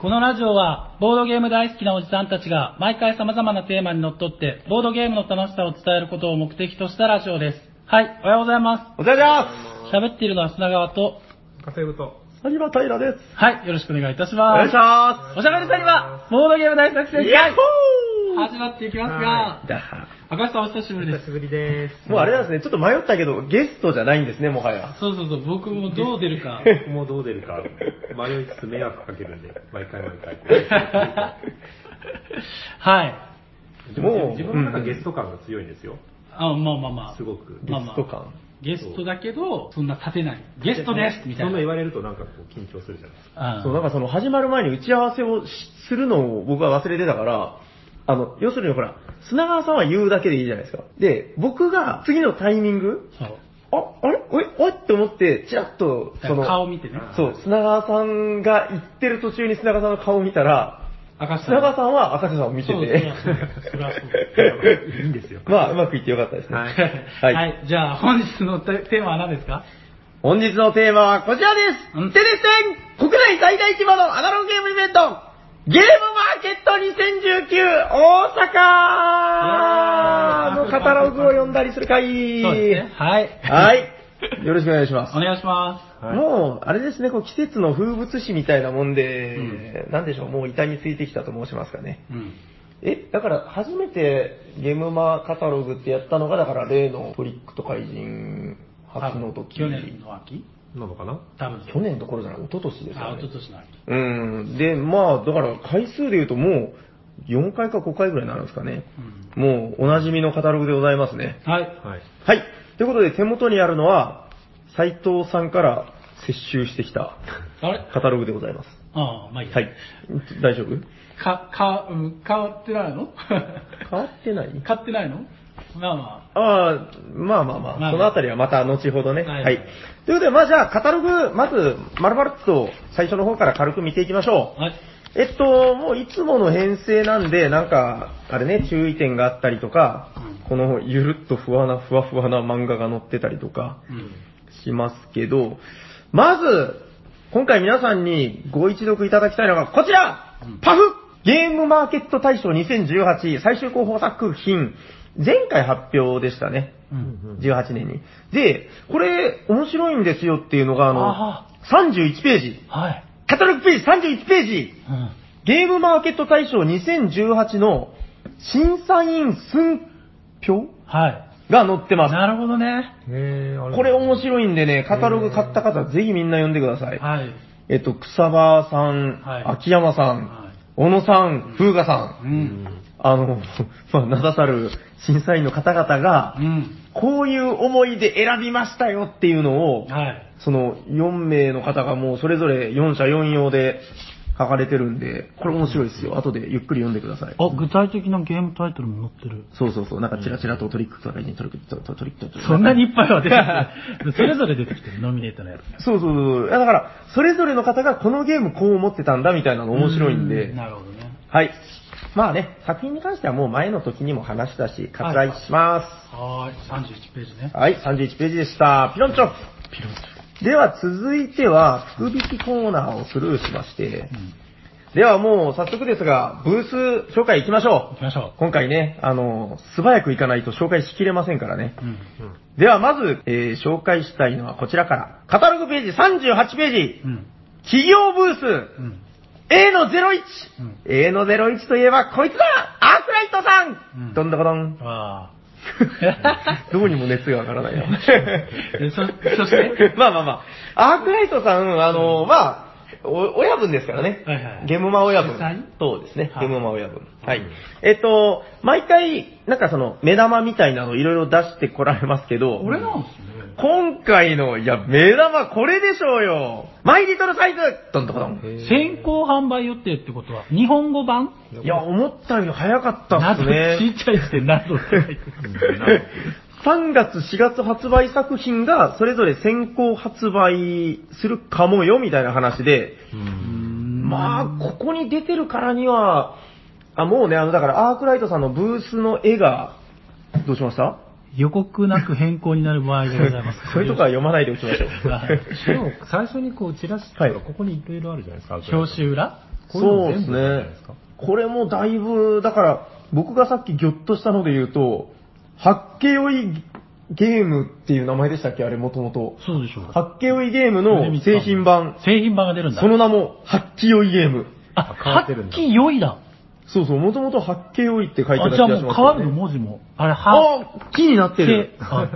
このラジオは、ボードゲーム大好きなおじさんたちが、毎回様々なテーマにのっとって、ボードゲームの楽しさを伝えることを目的としたラジオです。はい、おはようございまお疲れ様す。喋っているのは砂川と、ガセブと。ですサニバ平です。はい、よろしくお願いいたしおま願いすし。まおしゃべりさんには、ボードゲーム大作す戦会ヤッホ始まっていきますがは、ーだ赤石さんお久しぶりで久す。しぶりです。もうあれなんですね、ちょっと迷ったけど、ゲストじゃないんですね、もはや。そうそうそう、僕もどう出るか。僕もどう出るか、迷いつつ迷惑かけるんで、毎回毎回。 はい。もう自分の中ゲスト感が強いんですよ。あ、まあまあまあ。すごく。ゲまあまスト感。あ、ゲストだけど、そんな立てない。ゲストですみたいそんなな。言われるとなんかこう緊張するじゃないですか。あそう、なんかその始まる前に打ち合わせをしするのを僕は忘れてたから、あの、要するにほら、砂川さんは言うだけでいいじゃないですか。で、僕が次のタイミング、そう。あ、あれおい、おいって思って、ちらっと、その、顔見てね。そう、砂川さんが言ってる途中に砂川さんの顔を見たら、赤石さ砂ん。川さんは赤瀬さんを見てそうそうて、そうそりゃそういいんですよ。まあ、うまくいってよかったですね。はいは はいい、じゃあ本日のテテーマは何ですか本日のテーマはこちらです、うんテレステン国内最大規模のアナログゲームイベントゲームマーケット2019大阪のカタログを読んだりする会そうですね。はい。はい。よろしくお願いします。お願いしまはいもう、あれですね、こう季節の風物詩みたいなもんで、なんでしょう、もう板についてきたと申しますかね。す。うん。え、だから初めてゲームマーカタログってやったのが、だから例のトリックと怪人初の時。去年の秋なのかな多分。去年どころじゃない、一昨年ですあ、よおねと。としの秋。うん。で、まあ、だから回数で言うともう、4回か5回ぐらいになるんですかね。うん。もう、おなじみのカタログでございますね。はい。はい。はい。ということで、手元にあるのは、斉藤さんから接収してきたあれカタログでございます。ああ、まあいいや。はい。大丈夫か、か、うん、変わってないの 変わってない買ってないのまあまああ、まあまあまあ、まあそのあたりはまた後ほどね。ははいい。ということで、まあじゃあ、カタログ、まず、まるまるっと最初の方から軽く見ていきましょあ。はい。う。えっと、もういつもの編成なんで、なんか、あれね、注意点があったりとか、このゆるっとふわな、ふわふわな漫画が載ってたりとかうん。しますけど、まず、今回皆さんにご一読いただきたいのがこちら、うんパフゲームマーケット大賞2018最終候補作品、前回発表でしたね。うん。 18年に。で、これ、面白いんですよっていうのが、あの、あ31ページ、はい。カタログページ31ページ、うん。ゲームマーケット大賞2018の審査員寸評はい。が載ってます。なるほどね。へえ、あこれ面い。白いんでね、カタログ買った方、ぜひみんな読んでください。はい。えっと、草場さん、はい秋山さん、はい小野さん、風雅さう。ん、うんん。あの、 まあ、名だたる審査員の方々がう、ん。こういう思いで選びましたよっていうのを、はい。その4名の方がもうそれぞれ4社4用で書かれてるんで、これ面白いですよ。後でゆっくり読んでください。あ、具体的なゲームタイトルも載ってる。そうそうそう、なんかチラチラとトリックとかにトリックとトリックとトリックとそんなにいっぱいは出て くる。それぞれ出てきてる、ノミネートのやつ。そうそうそう。だから、それぞれの方がこのゲームこう思ってたんだみたいなの面白いんうで、なるほどね。はい。まあね、作品に関してはもう前の時にも話したし、割愛します。はーい。31ページね。はい、31ページでした。ピロンチョピロンチョでは続いては、福引きコーナーをスルーしまして、うん。ではもう早速ですが、ブース紹介行きましょ行きましょう。今回ね、あの、素早く行かないと紹介しきれませんからね。う。うん。うんではまず、えー紹介したいのはこちらから。カタログページ38ページ、うん。企業ブース、うん。 A の 01! うん A の01といえばこいつだアークライトさん、うんどんどこどん。わ どうにも熱が上が らないよ。ーえそ、そして、 まあまあまあ。アークライトさん、あの、まあ、お親分ですからね。はいはいゲムマ親分主催。そうですね。はいゲムマ親分。はいうん。えっと、毎回、なんかその、目玉みたいなのいろいろ出してこられますけど、俺なんですね。今回の、いや、目玉これでしょうよマイリトルサイズどんどこどん。先行販売予定ってことは、日本語版いや、思ったより早かったっ謎、すね。ちっちゃいして謎って書いてうんなるほ ど3月、4月発売作品がそれぞれ先行発売するかもよみたいな話で、うんまあ、ここに出てるからには、あ、もうね、あの、だからアークライトさんのブースの絵が、どうしました予告なく変更になる場合でございます 。そういうとこは読まないでおきましょう。はいでも最初にこうチラシとはいかここにいろいろあるじゃないですか。表紙裏こういうのそうで全す部なんじゃねないですか。これもだいぶ、だから、僕がさっきギョッとしたので言うと、八景追いゲームっていう名前でしたっけあれもともと。そうでしょう。八景追いゲームの製品版。製品版が出るんだ。その名も、八景追いゲーム。あ、変はわっってるんだき良いだ。そうそう、もともと八景追いって書いてああ、ったじゃあ気もう変がしますわよるのね。文字も。あれ、は、あ、木になってるけ。あ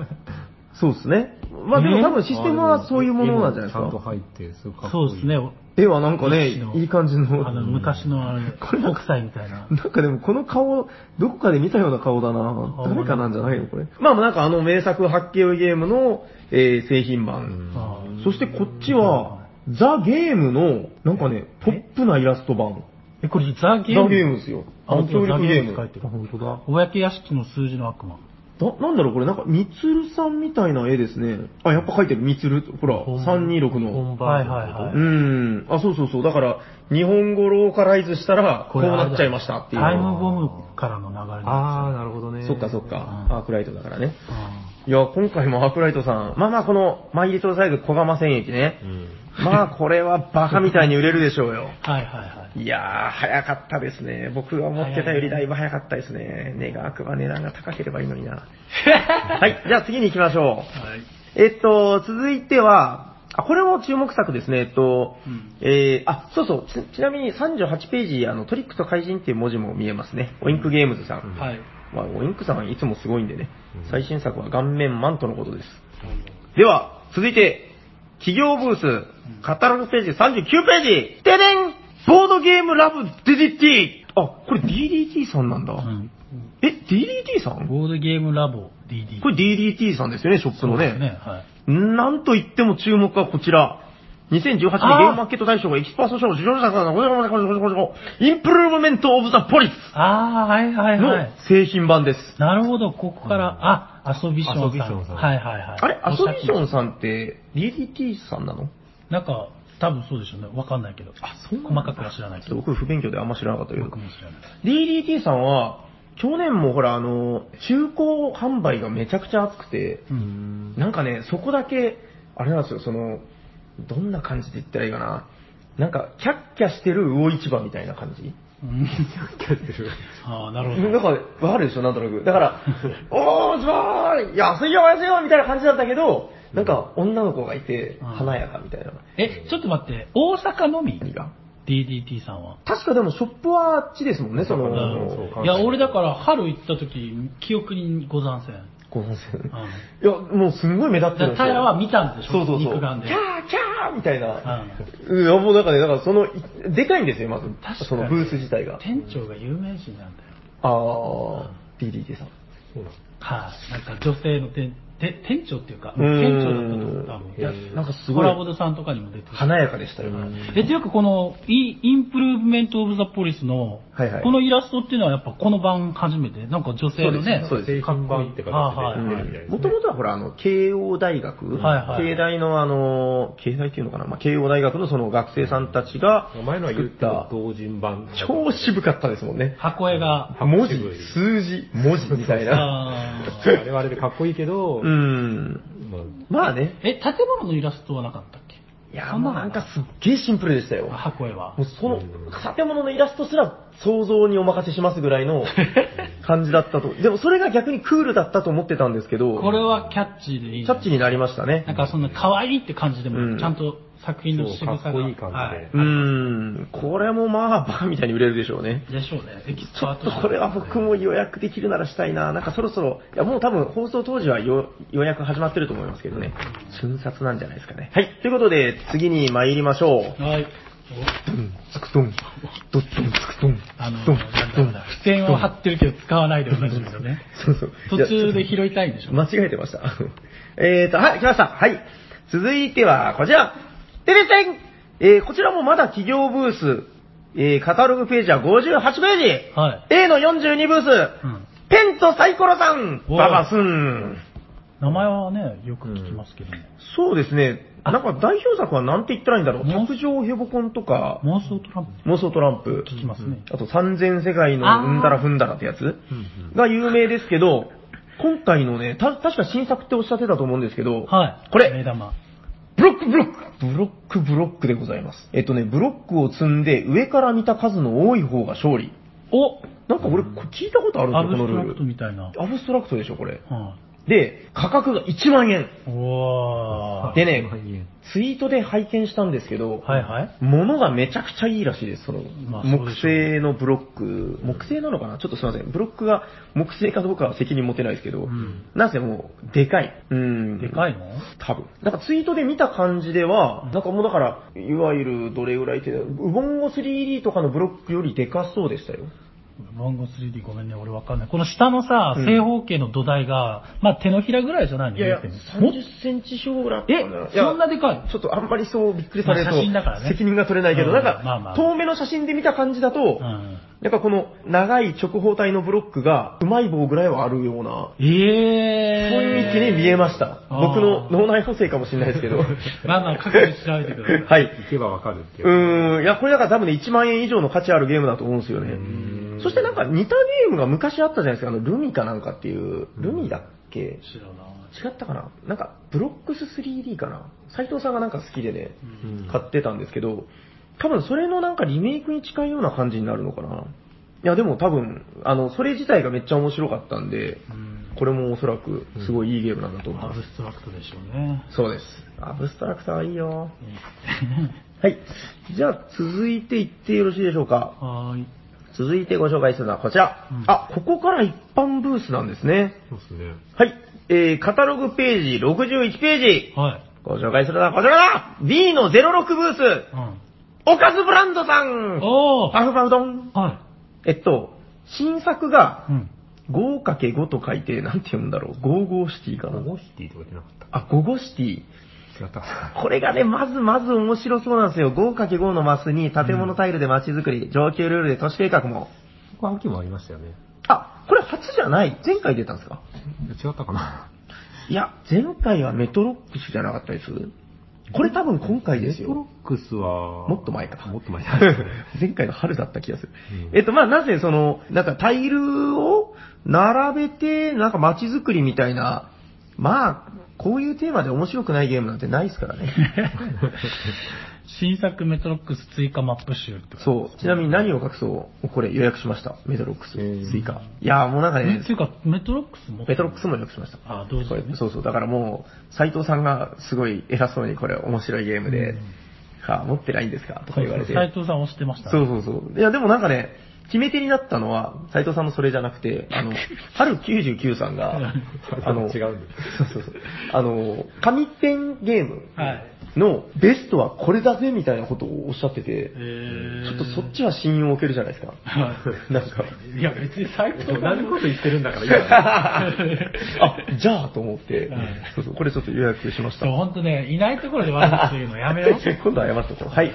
そうですね。まあでも多分システムはそういうものなんじゃないです絵もちゃんとか。入って、すごいかっこいそいうですね。。絵はなんかね、歴史のいい感じの。あの、昔のあれ、 これ北斎みたいな。なんかでもこの顔、どこかで見たような顔だなあ誰かなんじゃないのこれ。まあなんかあの名作発見ゲームの、えー製品版。あーそしてこっちは、ザ・ゲームの、なんかね、ポップなイラスト版。え、これザ・ザ・ゲゲームームですよ。あ、本当協だザ・力ゲゲーームっム。て書いてる。だ本当だ。おやけ屋敷の数字の悪魔。なんだろうこれなんか、みつるさんみたいな絵ですね。あ、やっぱ書いてる。みつる。ほら、326の。はいはいはうい。ん。あ、そうそうそう。だから、日本語ローカライズしたら、こうなっちゃいましたっていう。タイムボムからの流れなんですよあー、なるほどね。そっかそっか。うんアークライトだからね。あいや、今回もアークライトさん、まあまあこの、マイリトルサイズ小釜戦役ねう。ん。まあこれはバカみたいに売れるでしょうよ。ーはいはい はい。いやー、早かったですね。僕が思ってたよりだいぶ早かったですね。願わくば値段が高ければいいのにな。はい、じゃあ次に行きましはょい。う。えっと、続いては、あ、これも注目作ですね。えっと、うんえー、あ、そうそうち、ちなみに38ページ、あの、トリックと怪人っていう文字も見えますね。オインクゲームズさん。はい。まあ、オインクさんはいつもすごいんでねう。ん最新作は顔面マントのことです。では、続いて、企業ブース、カタログページ39ページ、ででんボードゲームラブ DDT! あ、これ DDT さんなんだ。うん。え、DDT さんボードゲームラボ DD。これ DDT さんですよね、ショップのそうですね。ね。はい。なんといっても注目はこちら。2018年ゲームマーケット大賞がエキスパート賞を受賞したから、これこれこれこれこれこれインプルーブメントオブザポリスああ、はいはいはのい。製品版です。なるほど、ここから、あ、アソビションさん。アソビションさんはいはいはい。あれアソビションンさんって DDT さんなのなんか、多分そうでしょうね。わかんないけど。あ、そうなんだ細かくは知らないけちょど。っと僕不勉強であんま知らなかったけど僕。も知らない。 DDT さんは、去年もほら、あの、中古販売がめちゃくちゃ熱くて、うん。なんかね、そこだけ、あれなんですよ、その、どんな感じで言ったらいいかな。なんか、キャッキャしてる魚市場みたいな感じうんキャッチャーああ、なるなほんか、わかるでしょ、なんとなく。だ から、おー、すごい安いよ、安いよみたいな感じなんだけど、なんか、女の子がいて、うん華やかみたいな。ど。え、ちょっと待って、大阪のみ何が ?DDT さんは。確かでもショップはあっちですもんね、その、うなるそうほ関ど。い西や、俺だから春行った時、記憶にござんせん。ごめんなさいうん。いや、もうすんごい目立っだてかるらんですよ。平は見たんでしょそうそうそう。肉眼で。キャーキャーみたいうな。んうん、いやもうなんかね、だからその、いでかいんですよ、まず。かにそのブース自体が。店長が有名人なんだよ。あー、DDT さん。そうなのはい、なんか女性の店、て店長っていうか、うーん店長だったと思う多分。いやなんかすごいコラボドさんとかにも出てる。華やかでしたよ。え、ていうかこの、イインプルーブメント・オブ・ザ・ポリスの、はいはいこのイラストっていうのはやっぱこの版初めて、なんか女性のね、そうです製品版って形であー出はているみたいですね。もともとはほら、あの、慶応大学、はいはい慶大のあの、慶大っていうのかな、まあ、慶応大学のその学生さんたちが前のは作言っったた、同人版。超渋かったですもんね。箱絵が、文字渋い、数字、文字みたいな。ああーれはあれでかっこいいけど、 うん。まあまあね。え、建物のイラストはなかったっけいや、そもうなんかすっげえシンプルでしたよ。箱絵はもう。そのうん建物のイラストすら想像にお任せしますぐらいの感じだったと。でもそれが逆にクールだったと思ってたんですけど、これはキャッチーでいいキね。ャッチになりましたねな。んかそんな可愛いって感じでうんも、ちゃんと作品の渋さが。そうかっこいい感じではうーん、これもまあバカみたいに売れるでしょうね。いでしょうね。エキスちょパっートとこれは僕も予約できるならしたいな。なんかそろそろ、いやもう多分放送当時はよ予約始まってると思いますけどね。瞬殺なんじゃないですかね。はい。ということで次に参りましょう。はい。ドン、つくドン、ドッドン、つくドン、あの、ドン、なんだドろうンな、付箋を貼ってるけど使わないでおなじみのね。そうそう。途中で拾いたいんでしょ。間違えてました。 えーと、はい、来ました。はい。続いては、こちら。てれてんえー、こちらもまだ企業ブース、えー、カタログページは58ページ。は A の42ブース、い。うん。ペンとサイコロさん、おーババスン。名前はね、よく聞きますけども。そうですね。あなんか代表作はなんて言ったらいいんだろう。もう卓上ヘボコンとか、妄想トランプ妄想トランプ。聞きますね。あと、三千世界のあーうんだらふんだらってやつが有名ですけど、今回のね、た、確か新作っておっしゃってたと思うんですけど、はい。これ目玉。デブロックブロックブロックブロックでございます。えっとね、ブロックを積んで上から見た数の多い方が勝利。おなんか俺、これ聞いたことあるアぞ、ブこスのトラクルトール。みたいな。アブストラクトでしょ、これ。はで、価格が1万円。い。おー。でね、ツイートで拝見したんですけど、はいはい。物がめちゃくちゃいいらしいです、その、まあそう木でしょう製のブロック、木製なのかなちょっとすいません。ブロックが木製かどうかは責任持てないですけど、うんなぜもう、でかい。うん。でかい。いの多分。なんかツイートで見た感じでは、なんかもうだから、いわゆるどれぐらいって、ウボンゴ 3D とかのブロックよりでかそうでしたよ。番号 3D ごめんね、俺わかんない。この下のさ、うん正方形の土台が、まあ手のひらぐらいじゃないのいやいや、 0.5 30センチ小らったかなえ、そんなでかいちょっとあんまりそうびっくりされると、まあ写真だからね責任が取れないけど、うんなんか、まあまあ遠目の写真で見た感じだと、うん。なんかこの長い直方体のブロックが、うまい棒ぐらいはあるような、そうええー。いう道に見えました。あー僕の脳内補正かもしれないです けど。まあまあ、各自調べてくだ さい。。はいい。行けばわかるってうーん、いや、これだから多分ね、1万円以上の価値あるゲームだと思うんですよね。んそしてなんか似たゲームが昔あったじゃないですか、あの、ルミかなんかっていう、ルミだっけ知らない。違ったかななんか、ブロックス 3D かな斉藤さんがなんか好きでね、うん買ってたんですけど、多分それのなんかリメイクに近いような感じになるのかないや、でも多分、あの、それ自体がめっちゃ面白かったんで、うん。これもおそらくすごいいいゲームなんだと思いアます。ブストラクトでしょうね。そうです。アブストラクターはいいよ。いいですねはい。じゃあ、続いていってよろしいでしょうか。はーい。続いてご紹介するのはこちら。うんあ、ここから一般ブースなんですね。そうですね。はい。えー、カタログページ61ページ。はい。ご紹介するのはこちらだ !B の06ブース、うおかずブランドさん。んおー。パフパフ丼はい。えっと、新作がうん。 5×5 と書いて、なんて読むんだろう。55シティかゴな。ゴシティとか言ってなかっあ、55シティ。た。違った。これがね、まずまず面白そうなんですよ。5×5 のマスに建物タイルで街づくり、上級ルールで都市計画も。ここは秋もありましたよね。あ、これ初じゃない前回出たんですか違ったかないや、前回はメトロックスじゃなかったですこれ多分今回ですメトロよ。ックスは、もっと前かもっと前 前回の春だった気がする。うんえっと、まあ、なぜその、なんかタイルを並べて、なんか街づくりみたいな、まあ、こういうテーマで面白くないゲームなんてないですからね。新作メトロックス追加マップ集ってことそう。ちなみに何を隠そうこれ予約しました。メトロックスへー、追加。いやーもうなんかえねって、いうか、メトロックスもメトロックスも予約しました。あ、どうぞこれね。そうそう。だからもう、斉藤さんがすごい偉そうにこれ面白いゲームで、はあ、持ってないんですかとか言われて。斎藤さん押してましたね。そうそうそう。いや、でもなんかね、決め手になったのは、斉藤さんのそれじゃなくて、あの、春99さんがあ違うの、んでそうそうそう。あの、紙ペンゲームはいのベストはこれだぜみたいなことをおっしゃってて、えーちょっとそっちは信用を受けるじゃないで すか。なんか、いや、別に斎藤同さじん。こと言ってるんだから、いいやあ、じゃあと思ってはい、そうそう、これちょっと予約しましたそう、。ほんとね、いないところで悪口言うのやめよう。 今度は謝っとこう。はい。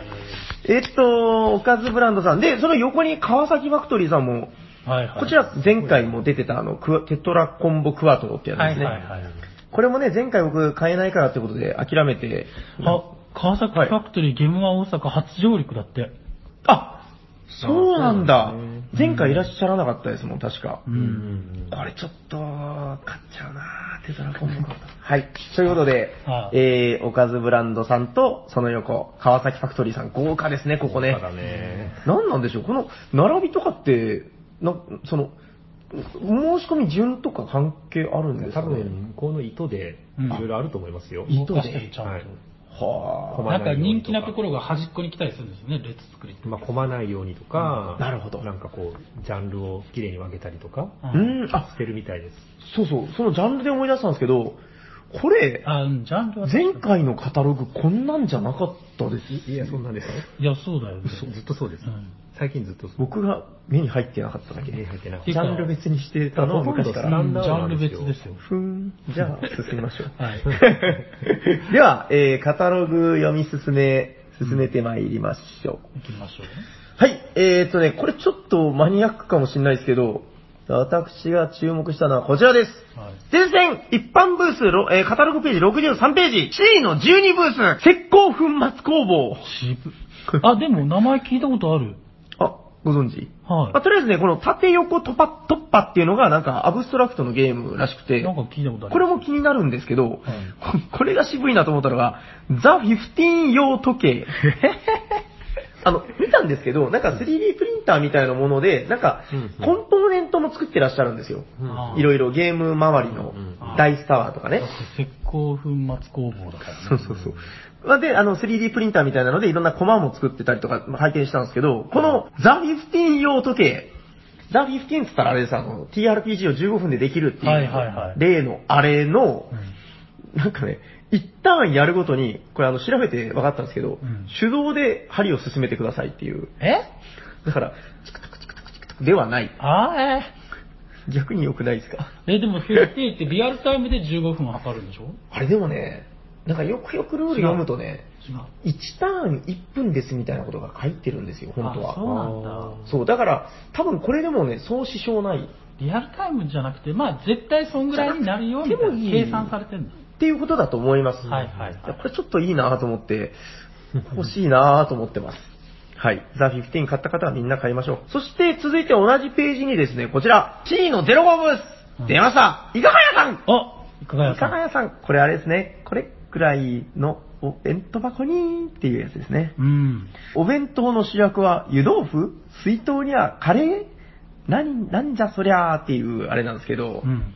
えっと、おかずブランドさん。で、その横に川崎ファクトリーさんも、はいはい。こちら前回も出てたあの、クワテトラコンボクワトロってやつはでいすはね。いはい。これもね、前回僕買えないからってことで諦めて、 あ、川崎ファクトリー、ゲムマ大阪初上陸だって。あ、そうなんだあそうなん。前回いらっしゃらなかったですもん、確か。う。うんうんんこれちょっと、買っちゃうなぁテトラコンボクワトロ。はい。ということでは、いえー、おかずブランドさんと、その横、川崎ファクトリーさん、豪華ですね、ここね。ただね。なんなんでしょうこの並びとかって、な、その、申し込み順とか関係あるんです多かね分、向こうの糸で、うんいろいろあると思いますよ。動かしてるちゃはんいは困と。あ。なんか人気なところが端っこに来たりするんですよね、列作りって。まあ、混まないようにとか、なるほどなんかこう、ジャンルをきれいに分けたりとか、ううんん、あ、してるみたいです。そうそう、そのジャンルで思い出したんですけど、これ、あ、うんジャンルは。前回のカタログこんなんじゃなかったです。いや、そんなんです。いや、そうだよね。ずっとそうですうん。最近ずっとそう。僕が目に入ってなかっただけ入で。ってなかっジたャンル別にしてたのは昔かうほとら。んんどジスタャンダードなンルんですよ別ですよ。ふーん、じゃあ進みましょう。はい。 では、えー、カタログ読み進め、進めてまいりましょう。行きましょう。はい、えーとね、これちょっとマニアックかもしれないですけど、私が注目したのはこちらです。はい前線一般ブース、ろえーカタログページ63ページ、C の12ブース、石膏粉末工房。渋。あ、でも名前聞いたことある。あ、ご存知はいまあ、とりあえずね、この縦横突破突破っていうのがなんかアブストラクトのゲームらしくて、なんか聞いたことある。これも気になるんですけど、ここれが渋いなと思ったのが、ザ・15用時計。 あの、見たんですけど、なんか 3D プリンターみたいなもので、なんかうんうんコンポーネントも作ってらっしゃるんですよ。あーいろいろゲーム周りのうんうんダイスタワーとかね。石膏粉末工房だから、ね。そうそうそう。まあで、あの、3D プリンターみたいなので、いろんなコマも作ってたりとか、まあ拝見したんですけど、このザ・15用時計、ザ・15って言ったらあれです、あの、TRPG を15分でできるっていう、はいはいはい例のあれのう、ん。なんかね、一旦やるごとに、これあの、調べて分かったんですけど、うん手動で針を進めてくださいっていう。えだから、チクタクチクタクチクタクではない。あーえ逆に良くないですかーえ、でも15ってリアルタイムで15分測るんでしょあれでもね、なんかよくよくルール読むとね、違う。 1ターン1分ですみたいなことが書いてるんですよ、本当あそうは。なんだ。そう、だから、多分これでもね、そう支障ない。リアルタイムじゃなくて、まあ絶対そんぐらいになるようにでもいい計算されてるんだ。っていうことだと思います。はいはいはいやこれちょっといいなと 思って、欲しいなと思ってます。はい。ザ・15買った方はみんな買いましょう。そして続いて同じページにですね、こちら、T のゼロゴブうスん出ましたいかがやさんあいかがやいさかんが。やさんこれあれですね、これくらいのお弁当箱にっていうやつですね。うん。お弁当の主役は湯豆腐水筒にはカレー何、なんじゃそりゃーっていうあれなんですけど、うん。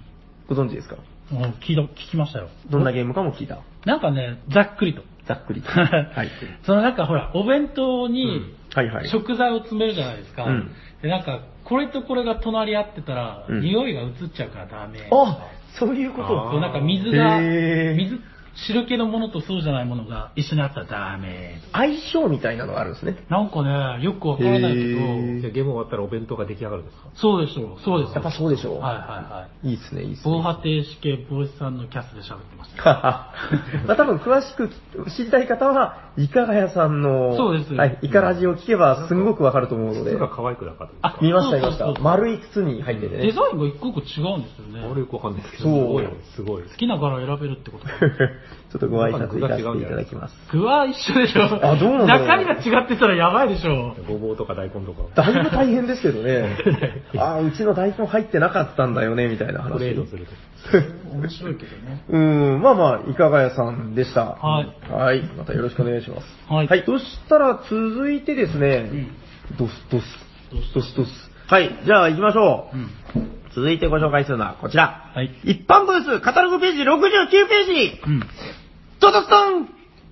ご存知ですかもう聞いた、聞きましたよ。どんなゲームかも聞いた。なんかね、ざっくりと。ざっ くりと。はい。そのなんかほら、お弁当にはいはい。食材を詰めるじゃないですか。うんで、なんか、これとこれが隣り合ってたら、うん匂いが移っちゃうからダメ。あ、そういうこあと。そうなんか水が、へー水、汁気のものとそうじゃないものが一緒にあったらダメ。相性みたいなのがあるんですね。なんかね、よくわからないけどへ、ーじゃあゲーム終わったらお弁当が出来上がるんですかそうでしょう、そうですやっぱそうでしょう。はいはいはい。い。いっすね、いいっすね。防 波堤式系防止さんのキャスで喋ってました。ははまあ多分詳しく知りたい方は、いかがやさんの、そうですはい、イカラジを聞けばすんごくわかると思うので靴、が可愛くなかったですあか見ました見そうまそうしそうた。丸い靴に入っててデね。ザインが一個一個違うんですよね。あれよくわかんないですけど、そうすごいよ、すごい。好きな柄選べるってこと ちょっとご挨拶いたしていただきます。具は一緒でしょ。 あどうなんだろう中身が違ってたらやばいでしょ。ごぼうとか大根とか、だいぶ大変ですけどね。 ああ、うちの大根入ってなかったんだよね、みたいな話。トレードすると。面白いけどね。うーん、まあまあ、いかがやさんでした。。はいはい、またよろしくお願いします。はいそしたら続いてですね、うんドスドス。ドスドス。はい、じゃあ行きましょうう。ん。続いてご紹介するのはこちら。はい。一般ブース、カタログページ69ページ、うん。ドドストン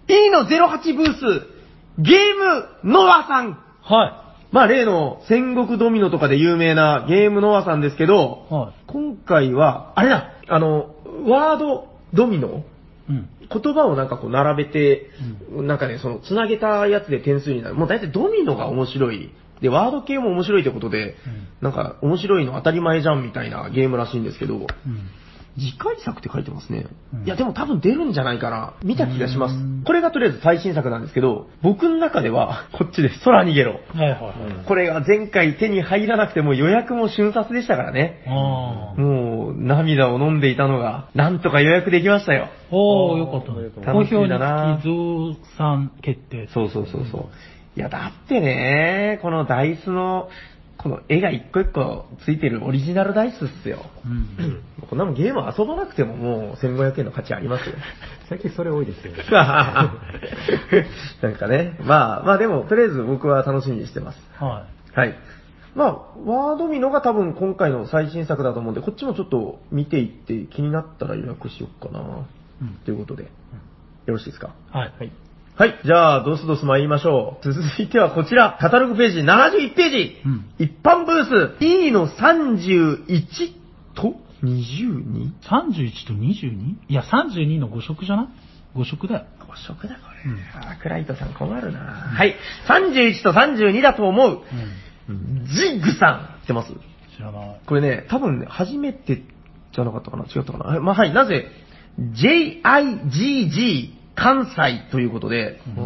!E の08ブース、ゲームノアさんはまあ例の戦国ドミノとかで有名なゲームノアさんですけどい。、は今回は、あれだ、あの、ワードドミノい。うん。言葉をなんかこう並べて、なんかね、その繋げたやつで点数になる。もう大体ドミノが面白い。で、ワード系も面白いってことで、なんか面白いの当たり前じゃんみたいなゲームらしいんですけど、うん。次回作って書いてますねうん。いや、でも多分出るんじゃないかな。見た気がしまうすん。これがとりあえず最新作なんですけど、僕の中ではこっちです。空逃げろ。はいはいはい。これが前回手に入らなくても予約も瞬殺でしたからね。ああ。もう涙を飲んでいたのが、なんとか予約できましたよ。おー、よかったね。好楽し評みにだなつき増産決定。そうそうそうそう。いや、だってね、このダイスの、この絵が一個一個ついてるオリジナルダイスっすよ。うん。こんなもんゲーム遊ばなくてももう1500円の価値あり ますよ。最近それ多いですよ ね。なんかね、まあまあでも、とりあえず僕は楽しみにしてます。ははい。まあ、ワードミノが多分今回の最新作だと思うんで、こっちもちょっと見ていって気になったら予約しよっかな。い。うん。ということで、よろしいですかはい。はい。はい。じゃあ、ドスドス参りましょう。続いてはこちら、カタログページ71ページ。うん一般ブース E の31と 22? 31と 22? いや、32の5色じゃない ?5 色だよ。 5色だこれ。うんアークライトさん困るな、はい。31と32だと思う。うん。ジッグさん。知ってます知らない。これね、多分ね、初めてじゃなかったかな違ったかなあまあ、はい。なぜ、JIGG 関西ということで、う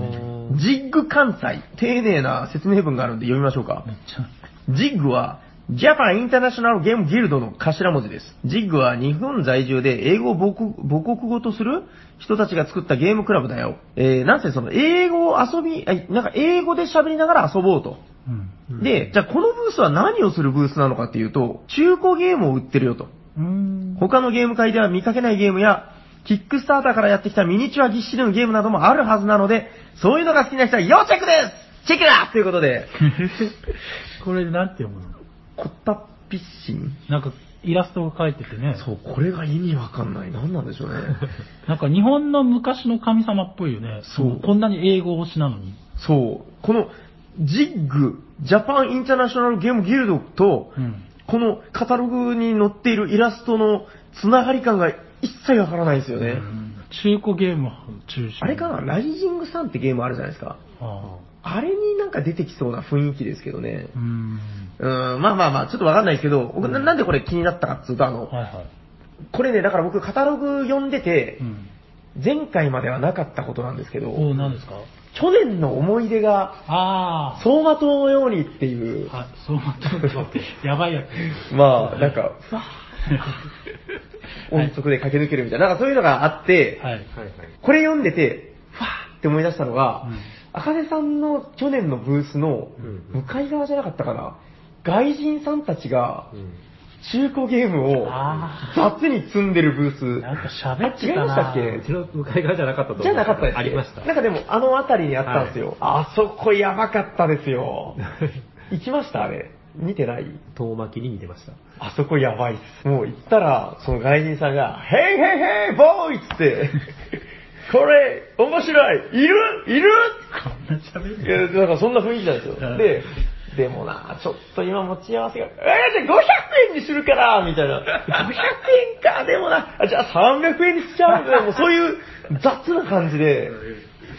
んジッグ関西。丁寧な説明文があるんで読みましょうか。めっちゃ。ジッグは、ジャパンインターナショナルゲームギルドの頭文字です。ジッグは日本在住で英語を母国母国語とする人たちが作ったゲームクラブだよ。えー、なんせその英語を遊び、あなんか英語で喋りながら遊ぼうと。うん。で、じゃあこのブースは何をするブースなのかっていうと、中古ゲームを売ってるよと。 うん。他のゲーム界では見かけないゲームや、キックスターターからやってきたミニチュアぎっしりのゲームなどもあるはずなので、そういうのが好きな人は要チェックですチェックだということで、これなんて読むのコッタピッシンなんか、イラストが書いててね。そう、これが意味わかんない。何なんでしょうね。なんか日本の昔の神様っぽいよね。そうこんなに英語推しなのに。そう、この、ジッグ、ジャパンインターナショナルゲームギルドと、うん。このカタログに載っているイラストのつながり感が一切わからないですよね。中古ゲーム中心。あれかなライジングサンってゲームあるじゃないですか。あああれになんか出てきそうな雰囲気ですけどね。うん。うーん、まあまあまあ、ちょっとわかんないですけど、僕ななんでこれ気になったかっていうと、あの、はいはい。これね、だから僕カタログ読んでてう、ん。前回まではなかったことなんですけど、お何ですか去年の思い出が、ああ。走馬灯のようにっていう、あ、そう思った。やばいやつ。まあ、なんか、ふわー音速で駆け抜けるみたいな、なんかそういうのがあって、はい。はいはい。これ読んでて、ふわーって思い出したのがうん、あかねさんの去年のブースのうん向かい側じゃなかったかな、外人さんたちがうん。中古ゲームをあ雑に積んでるブース。なんか喋ってたなあ違いまうしたっけちの向かい側じゃなかったと思う。じゃなかったですっけありました。なんかでも、あの辺りにあったんですよ。あそこやばかったですよ。行きましたあれ。見てない遠巻きに似てました。あそこやばいっす。もう行ったら、その外人さんが、ヘイヘイヘイボーイっつって、 これ、面白いいるいるこんな喋いるや、なんかそんな雰囲気なんですようん。で、でもな、ちょっと今持ち合わせが、えー、じゃあ500円にするから、みたいな。500円か、でもな、あじゃあ300円にしちゃうみ たいな、もうそういう雑な感じで、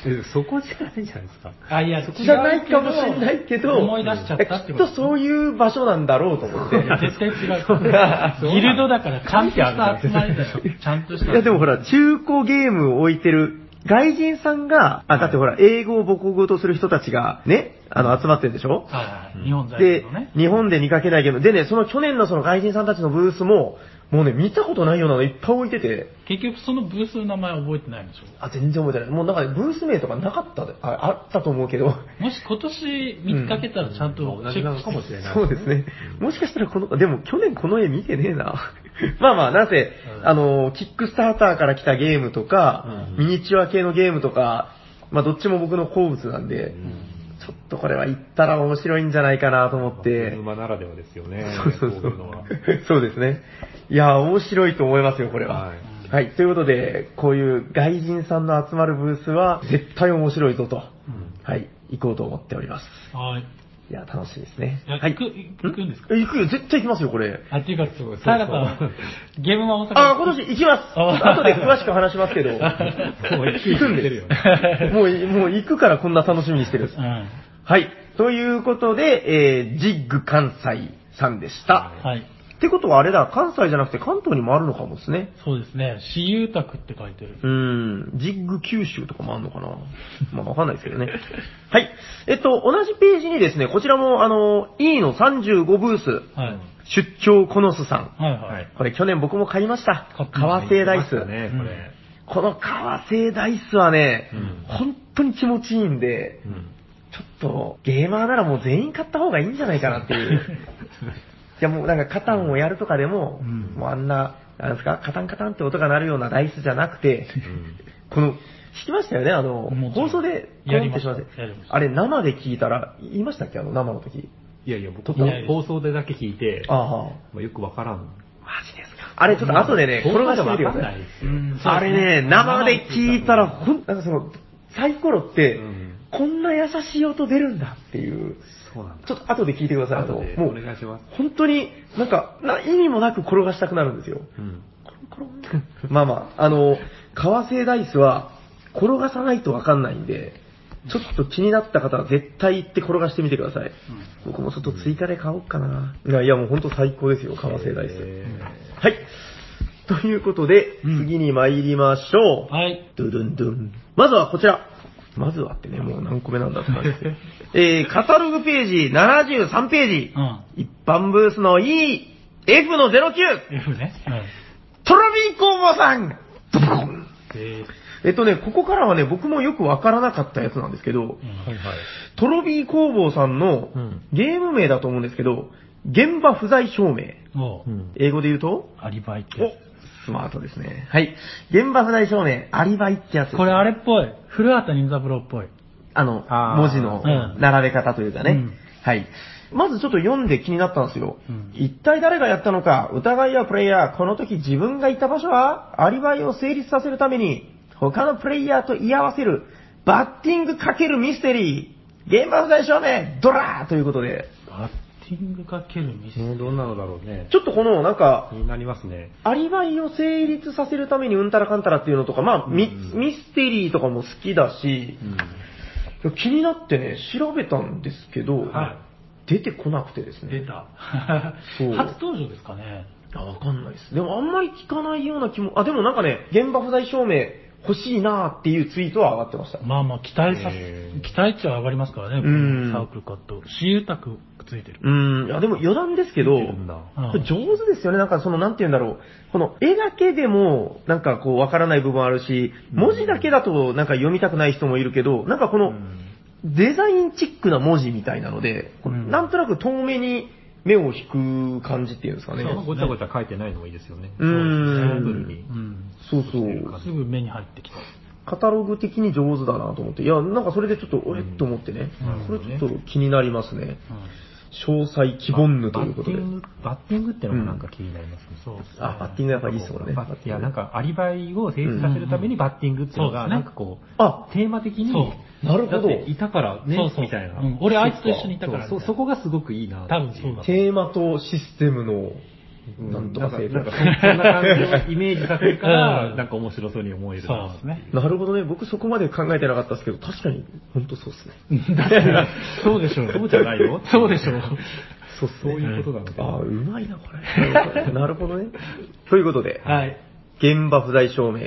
えそこじゃないんじゃないですか。あ、いや、そじゃないかもしれないけど、思い出しちゃったってきっことと。そういう場所なんだろうと思って。いや、絶対違 う。ギルドだから、ちゃんとした集まりだよ。ちゃんとした。いやでもほら、中古ゲームを置いてる外人さんが、あ、だってほら、英語を母国語とする人たちがね、あの、集まってるでしょはいはい。日本在で住のね、。日本で見かけないゲーム。でね、その去年のその外人さんたちのブースも、もうね、見たことないようなのいっぱい置いてて、結局そのブースの名前覚えてないんでしょあ、全然覚えてない。もうなんかね、ブース名とかなかったで、ああったと思うけど。もし今年見かけたらちゃんとうん同チェじなックのかかももししれれない。ないそうですね。もしかしたらこの、でも去年この絵見てねえな。 まあまあ、なぜ、うんあの、キックスターターから来たゲームとか、うんミニチュア系のゲームとか、まあどっちも僕の好物なんで、ちょっとこれは行ったら面白いんじゃないかなと思って。馬ならではですよね。そうそうそこいうのは。。そうですね。いやー、面白いと思いますよ、これは。は。はいということで、こういう外人さんの集まるブースは、絶対面白いぞと、はい、行こうと思っております。はい。いや、楽しいですね。いやはい。行く行くんですかえ行くよ、絶対行きますよ、これ。あ、っていうか、そうそうサラさん、ゲームマ大阪。あー、今年行きます。あ後で詳しく話します けど。もう一気行くんに出でるすよね。もう、もう行くからこんな楽しみにしてるんですう。ん。はい。ということで、えー、ジッグ関西さんでした。はい。ってことはあれだ、関西じゃなくて関東にもあるのかもですね。そうですね。私有宅って書いてる。うーん、ジッグ九州とかもあるのかなまあわかんないですけ どね。はい。えっと、同じページにですね、こちらもあの、E の35ブース、はい。出張コノスさん。はいははいい。これ去年僕も買いました買っ。た革製ダイス。行きましたね、これ。この革製ダイスはね、うん本当に気持ちいいんで、うんちょっとゲーマーならもう全員買った方がいいんじゃないかなっていう。いやもうなんかカタンをやるとかでも、うんもうあんな、なんですか、カタンカタンって音が鳴るようなダイスじゃなくて、この、聞きましたよね、あのも、ちろん放送で、やりましたコロンってやまりまししたた。あれ、生で聞いたら、言いましたっけあの、生の時。いやいや、僕いないです放送でだけ聞いて、ああ、まあよくわからん。マジですか。あれ、ちょっと後でね、こ転れがましてみわてかくんないださい。ですうよ。んあれね、生で聞いたら、生でほん、なんかその、サイコロって、うんこんな優しい音出るんだっていう、そうなんだ。ちょっと後で聞いてください。あの、後でもお願いします本当に、なんか、な意味もなく転がしたくなるんです よ。うん。まあまあ、あの、革製ダイスは転がさないとわかんないんで、ちょっと気になった方は絶対行って転がしてみてください。僕もちょっと追加で買おうかな。いやいやもう本当最高ですよ、革製ダイス。えはい。ということで、うん次に参りましょう。はい。ドゥドゥンドゥン。まずはこちら。まずはってね、もう何個目なんだって感じですえー、カタログページ73ページう。ん。一般ブースの E、F の09。 F ね。うん。トロビー工房さんドボンええっとね、ここからはね、僕もよくわからなかったやつなんですけど、はいはい。トロビー工房さんのうんゲーム名だと思うんですけど、現場不在証明。おううん。英語で言うと、アリバイってやつ。おスマートですね。はい。現場不在証明、アリバイってやつ。これあれっぽい。古畑任三郎っぽい。あの、あー文字のうん並べ方というかね。うんはい。まずちょっと読んで気になったんですよ。うん一体誰がやったのか、疑いやプレイヤー、この時自分がいた場所は、アリバイを成立させるために、他のプレイヤーと居合わせる、バッティングかけるミステリー、現場不在証明、ドラーということで、バッティングかけるミス。ねどんなのだろうね。ちょっとこのなんか気、になりますね。アリバイを成立させるためにうんたらかんたらっていうのとか、まあ、ミうんミステリーとかも好きだし、うん。いや気になってね、調べたんですけど、は出てこなくてですね。出 た。そう初登場ですかね。あ、わかんないです。でもあんまり聞かないような気も、あ、でもなんかね、現場不在証明欲しいなーっていうツイートは上がってました。まあまあ、期待さへー、期待値は上がりますからね、こうんのサークルカット。私有宅くっついてる。うーん、いやでも余談ですけど、出てるんだこれ上手ですよね。なんかその、なんて言うんだろう。この絵だけでも、なんかこう、わからない部分あるし、文字だけだとなんか読みたくない人もいるけど、なんかこうの、んデザインチックな文字みたいなので、このうんなんとなく遠目に目を引く感じっていうんですかね。そうごちゃごちゃ書いてないのもいいですよね。うーんシンプルにう。ん。そうそう。すぐ目に入ってきた。カタログ的に上手だなと思って。いや、なんかそれでちょっと、おえっと思ってねなる。こほれどちょねっと気になりますね。うん詳細希望ぬということで。バッティング、バッティングってのもなんか気になりますね。そうですねあ、バッティングやっぱいいですもんね。バッいや、なんか、アリバイを成立させるためにバッティングっていうのうが、んうんうなんんかこう、あ、テーマ的に、そうなるほどだっていたからねそうそう、みたいな。うん俺あいつと一緒にいたからそう、そこがすごくいいな。多分そうだテーマとシステムの、うなんとか成なん分か、。なんかそんな感じをイメージさせるかうんら、なんか面白そうに思えるそうな。ですね。なるほどね。僕そこまで考えてなかったですけど、確かに、本当そうですね。そうでしょう。 そうじゃないよそうでしょう。そうっすそね。ういうことなのかあーうまいな、こ れ。なるほどね。ということで、はい。現場不在証明、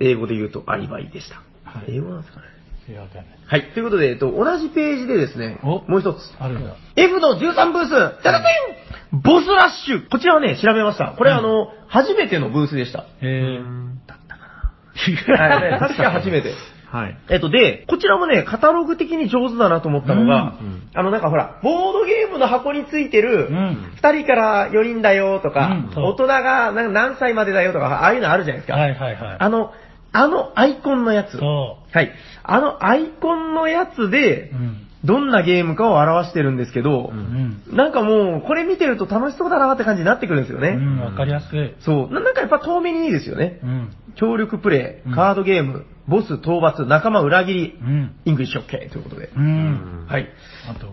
英語で言うとアリバイでした。はい英語なんですかね。いやわかんないはい。ということで、えっと、同じページでですね、おもう一つ。あるんだ。 F の13ブース、ダダダンボスラッシュこちらはね、調べました。これ、うんあの、初めてのブースでした。えー はい、確か初めて。はい。えっと、で、こちらもね、カタログ的に上手だなと思ったのが、うんうんあの、なんかほら、ボードゲームの箱についてる、うん。 2人から4人だよとかうん、そう大人がなんか何歳までだよとか、ああいうのあるじゃないですか。はいはいはあの、あのアイコンのやい。つ。そはい。あのアイコンのやつでう。う、ん。どんなゲームかを表してるんですけど、ううん。なんかもう、これ見てると楽しそうだなって感じになってくるんですようね。ん、わかりやすい。そうな。なんかやっぱ遠目にいいですよね。うん。協力プレうイ、んカードゲーム、ボス討伐、仲間裏切りう、ん。イングリッシュオッケーということで。うん。んはい。あと、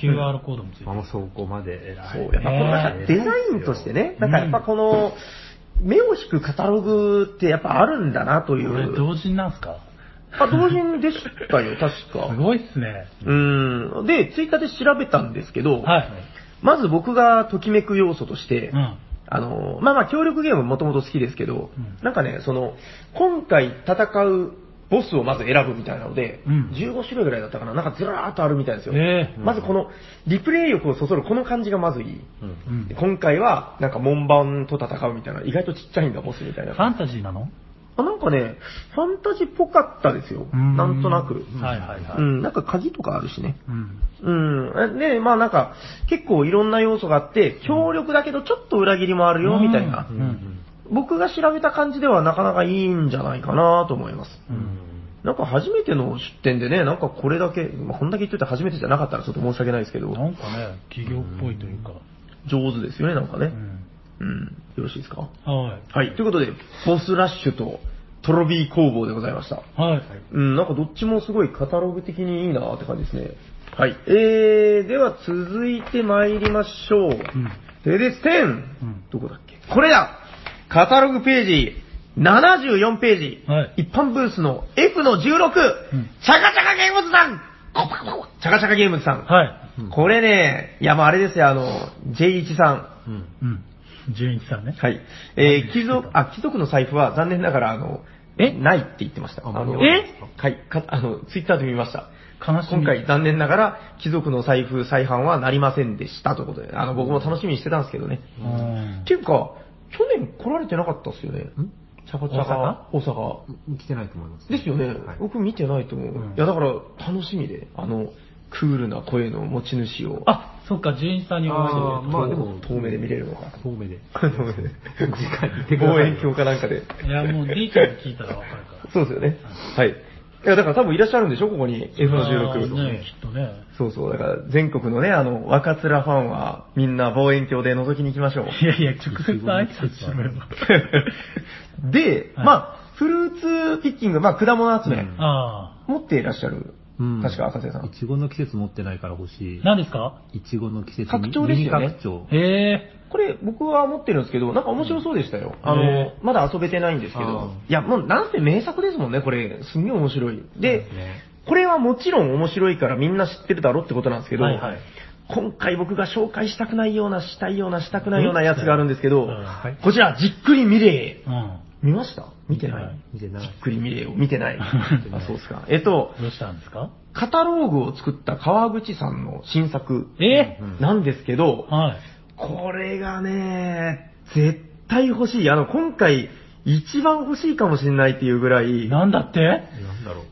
QR コードもついてある。の、そこまで偉そい。う、やっぱこのなんかデザインとしてね、なんかやっぱこの、目を引くカタログってやっぱあるんだなといこれう。同人なんすかあ、同人でしたよ、確すか。ごいっすね。うん。で、ツイッターで調べたんですけど、はい。まず僕がときめく要素として、うん。あの、まあまあ協力ゲームもともと好きですけど、うんなんかね、その、今回戦うボスをまず選ぶみたいなので、うん15種類ぐらいだったかな、なんかずらーっとあるみたいですよ。ええまずこの、リプレイ欲をそそるこの感じがまずいい。うんうん。でフ今回は、なんか門番と戦うみたいな、意外とちっちゃいんだ、ボスみたいな。ァンタジーなのあなんかね、ファンタジーっぽかったですよ。うんなんとなく。はいはいはうい。ん、なんか鍵とかあるしね。うん。うん。で、まあなんか、結構いろんな要素があって、強力だけどちょっと裏切りもあるよ、みたいなう。うんん僕が調べた感じではなかなかいいんじゃないかなと思います。うんなんか初めての出店でね、なんかこれだけ、まあ、こんだけ言っといて初めてじゃなかったらちょっと申し訳ないですけど、なんかね、企業っぽいというか。上手ですよね、なんかうね。ん。うん。よろしいですかははい。ということで、ボスラッシュとトロビー工房でございました。い。はい。うん、なんかどっちもすごいカタログ的にいいなって感じですね。はい。えー、では続いて参りましうょう。ん。テレステン、うんどこだっけこれだカタログページ、74ページ、はい一般ブースの F うの16、んチャカチャカゲームズさんコパコパチャカチャカゲームズさん。はい。うんこれね、いや、まああれですよ、あの、J1 さん。うんうん。純一さんね。はい。えー、貴族、あ、貴族の財布は残念ながら、あの、えないって言ってました。ああのえはい、か、あの、ツイッターで見ました。悲しみ。今回、残念ながら、貴族の財布再販はなりませんでしたということで、あの、僕も楽しみにしてたんですけどね。うんっていうか、去年来られてなかったっすよね。うんチャカチャカ大阪。来てないと思います。ですよね、はい僕見てないと思う、うんいやだから楽しみであのクールな声の持ち主をあ、そっか、純一さんにお会いあーしまあでも遠目で見れるのか遠目で。遠目でてください望遠鏡かなんかでて。いや、もう D ちゃんに聞いたらわかるから。そうですよねはいいやだから多分いらっしゃるんでしょここに F の16あーね、きっとね。そうそうだから全国のねあの若面ファンはみんな望遠鏡で覗きに行きましょういやいや、直接挨拶しろよ。で、はいまあ、フルーツピッキング、まあ、果物集め、うんあ持っていらっしゃる、うん確か、赤瀬さんい。ちごの季節持ってないから欲しいあ。。何ですかいちごの季節拡張ですよねミニ拡張。へえ。これ、僕は持ってるんですけど、なんか面白そうでしたよ。あのね、まだ遊べてないんですけあどー。いや、もう、なんて名作ですもんね、これ。すんげえ面白い。で、ねこれはもちろん面白いからみんな知ってるだろってことなんですけど、はいはい今回僕が紹介したくないような、したいような、したくないようなやつがあるんですけど、うんはいこちら、じっくり見れうん。見ました見てない見てなじいっくり見れよ。見てない。見てあ、そうですか。えっと、どうしたんですかカタローグを作った川口さんの新作えうんなんですけど、はい。これがね、絶対欲しい。あの、今回、一番欲しいかもしれないっていうぐらい、なんだってなんだろう。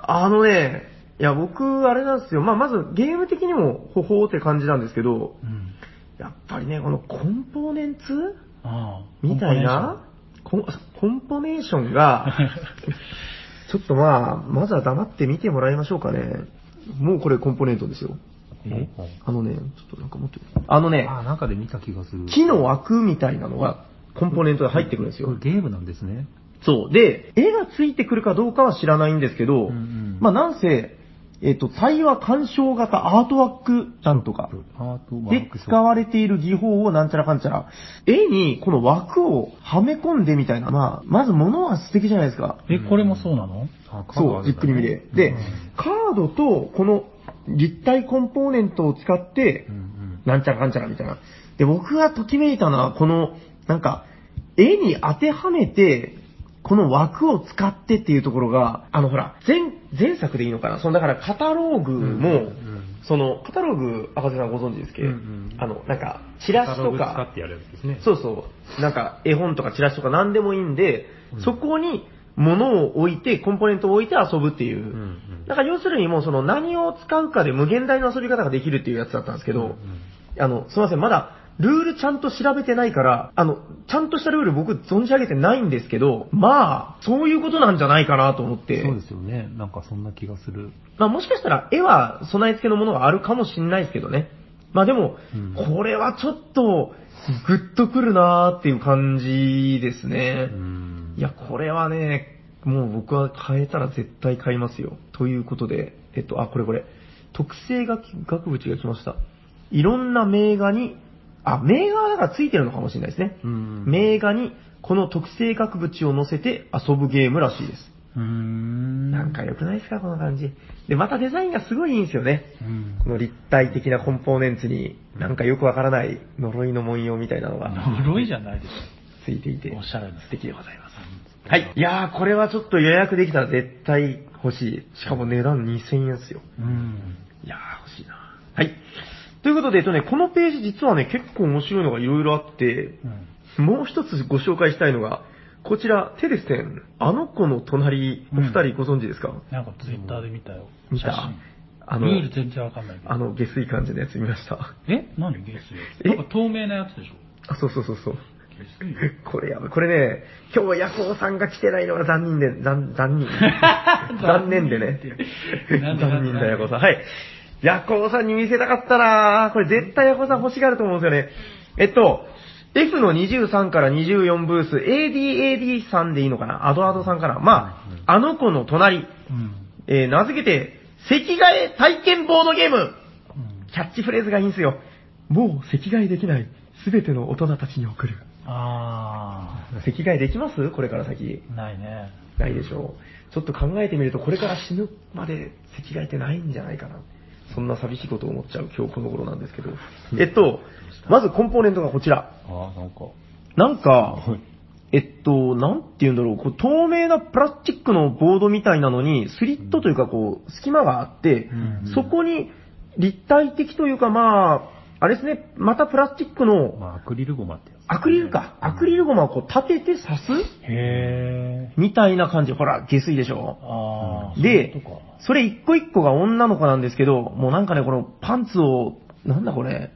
あのね、いや、僕、あれなんですよ。まあ、まず、ゲーム的にも、ほほーって感じなんですけど、うん。やっぱりね、このコンポーネンツああ。みたいな、コンコンポネーション が、ちょっとまあ、まずは黙って見てもらいましょうかね。もうこれコンポネントですよ。えあのね、ちょっとなんか持ってあのね、あ、なんかで見た気がする。木の枠みたいなのがコンポネントで入ってくるんですこよれ。ゲームなんですね。そう。で、絵がついてくるかどうかは知らないんですけうんど、うんまあなんせ、えっ、と、対話鑑賞型アートワークなんとか。アートワーでクショップ。使われている技法をなんちゃらかんちゃら。絵にこの枠をはめ込んでみたいな。まあ、まず物は素敵じゃないですか。 え、これもそうなのあカードそあう、るじっんだねくり見れ。でうん、カードとこの立体コンポーネントを使ってう、んなんちゃらかんちゃらみたいな。で、僕がときめいたのは、この、なんか、絵に当てはめて、この枠を使ってっていうところが、あのほら、前、前作でいいのかなその、だからカタローグうん。も、うんうんその、カタログ、赤瀬さんご存知ですけど、うんうんあの、なんか、チラカシとタログ使かっ、てやるやつですね。そうそう、なんか、絵本とかチラシとか何でもいいんで、うんそこに物を置いて、コンポーネントを置いて遊ぶっていうう。んうん。だから要するにもうその何を使うかで無限大の遊び方ができるっていうやつだったんですけど、うんうんあの、すいません、まだ、ルールちゃんと調べてないから、あの、ちゃんとしたルール僕存じ上げてないんですけど、まあ、そういうことなんじゃないかなと思って。そうですよね。なんかそんな気がする。まあもしかしたら絵は備え付けのものがあるかもしれないですけどね。まあでもうん、これはちょっと、グッとくるなーっていう感じですうね。んいや、これはね、もう僕は買えたら絶対買いますよ。ということで、えっと、あ、これこれ。特製学額縁が来ました。いろんな名画に、あ、名画がついてるのかもしれないですね。うん名画に、この特製額縁を乗せて遊ぶゲームらしいです。うーん。なんか良くないですか、この感じ。で、またデザインがすごいいいんですよね。うん。この立体的なコンポーネンツに、なんかよくわからない呪いの文様みたいなのが呪いじゃないでしついていてょ。お、しゃれな。素敵でございます。はい。いやー、これはちょっと予約できたら絶対欲しい。しかも値段2000円ですよ。うん。いやー、欲しいな。はい。ということで、えっとね、このページ実はね、結構面白いのがいろいろあって、うん。もう一つご紹介したいのが、こちら、テレステン、あの子の隣、お二人ご存知ですか、なんかツイッターで見たよ。見写た真あルーのル、全然わかんないけどあ。の、下水感じのやつ見ました。え何ゲスえなんか透明なやつでしょあ、そうそうそうそう。ゲス これやばい。これね、今日はヤコウさんが来てないのが残念で、残、残 念。残念でね。なんで 残念だ、ヤコウさん。はい。ヤコウさんに見せたかったなぁこれ絶対ヤコウさん欲しがると思うんですよね。えっと、F の23から24ブース、ADAD さんでいいのかなアドアドさんかなまあ、あの子の隣、うん。えー名付けて、席替え体験ボードゲームうん。キャッチフレーズがいいんですよ。もう席替えできない、すべての大人たちに送る。あ席替えできますこれから先。ー、ないね。ないでしょう。ちょっと考えてみると、これから死ぬまで席替えってないんじゃないかな。そんな寂しいことを思っちゃう今日この頃なんですけど。えっと、まずコンポーネントがこちら。あ、なんか。なんか、えっと、なんて言うんだろう、こう透明なプラスチックのボードみたいなのに、スリットというかこう、隙間があって、うんそこに立体的というかまあ、あれですね、またプラスチックの、まあ、アクリルゴマってやつ。アクリルか、アクリルゴマをこう立てて刺すへえ。みたいな感じ。ほら、下水でしょああ。でそういうことか、それ一個一個が女の子なんですけど、もうなんかね、このパンツを、なんだこれ。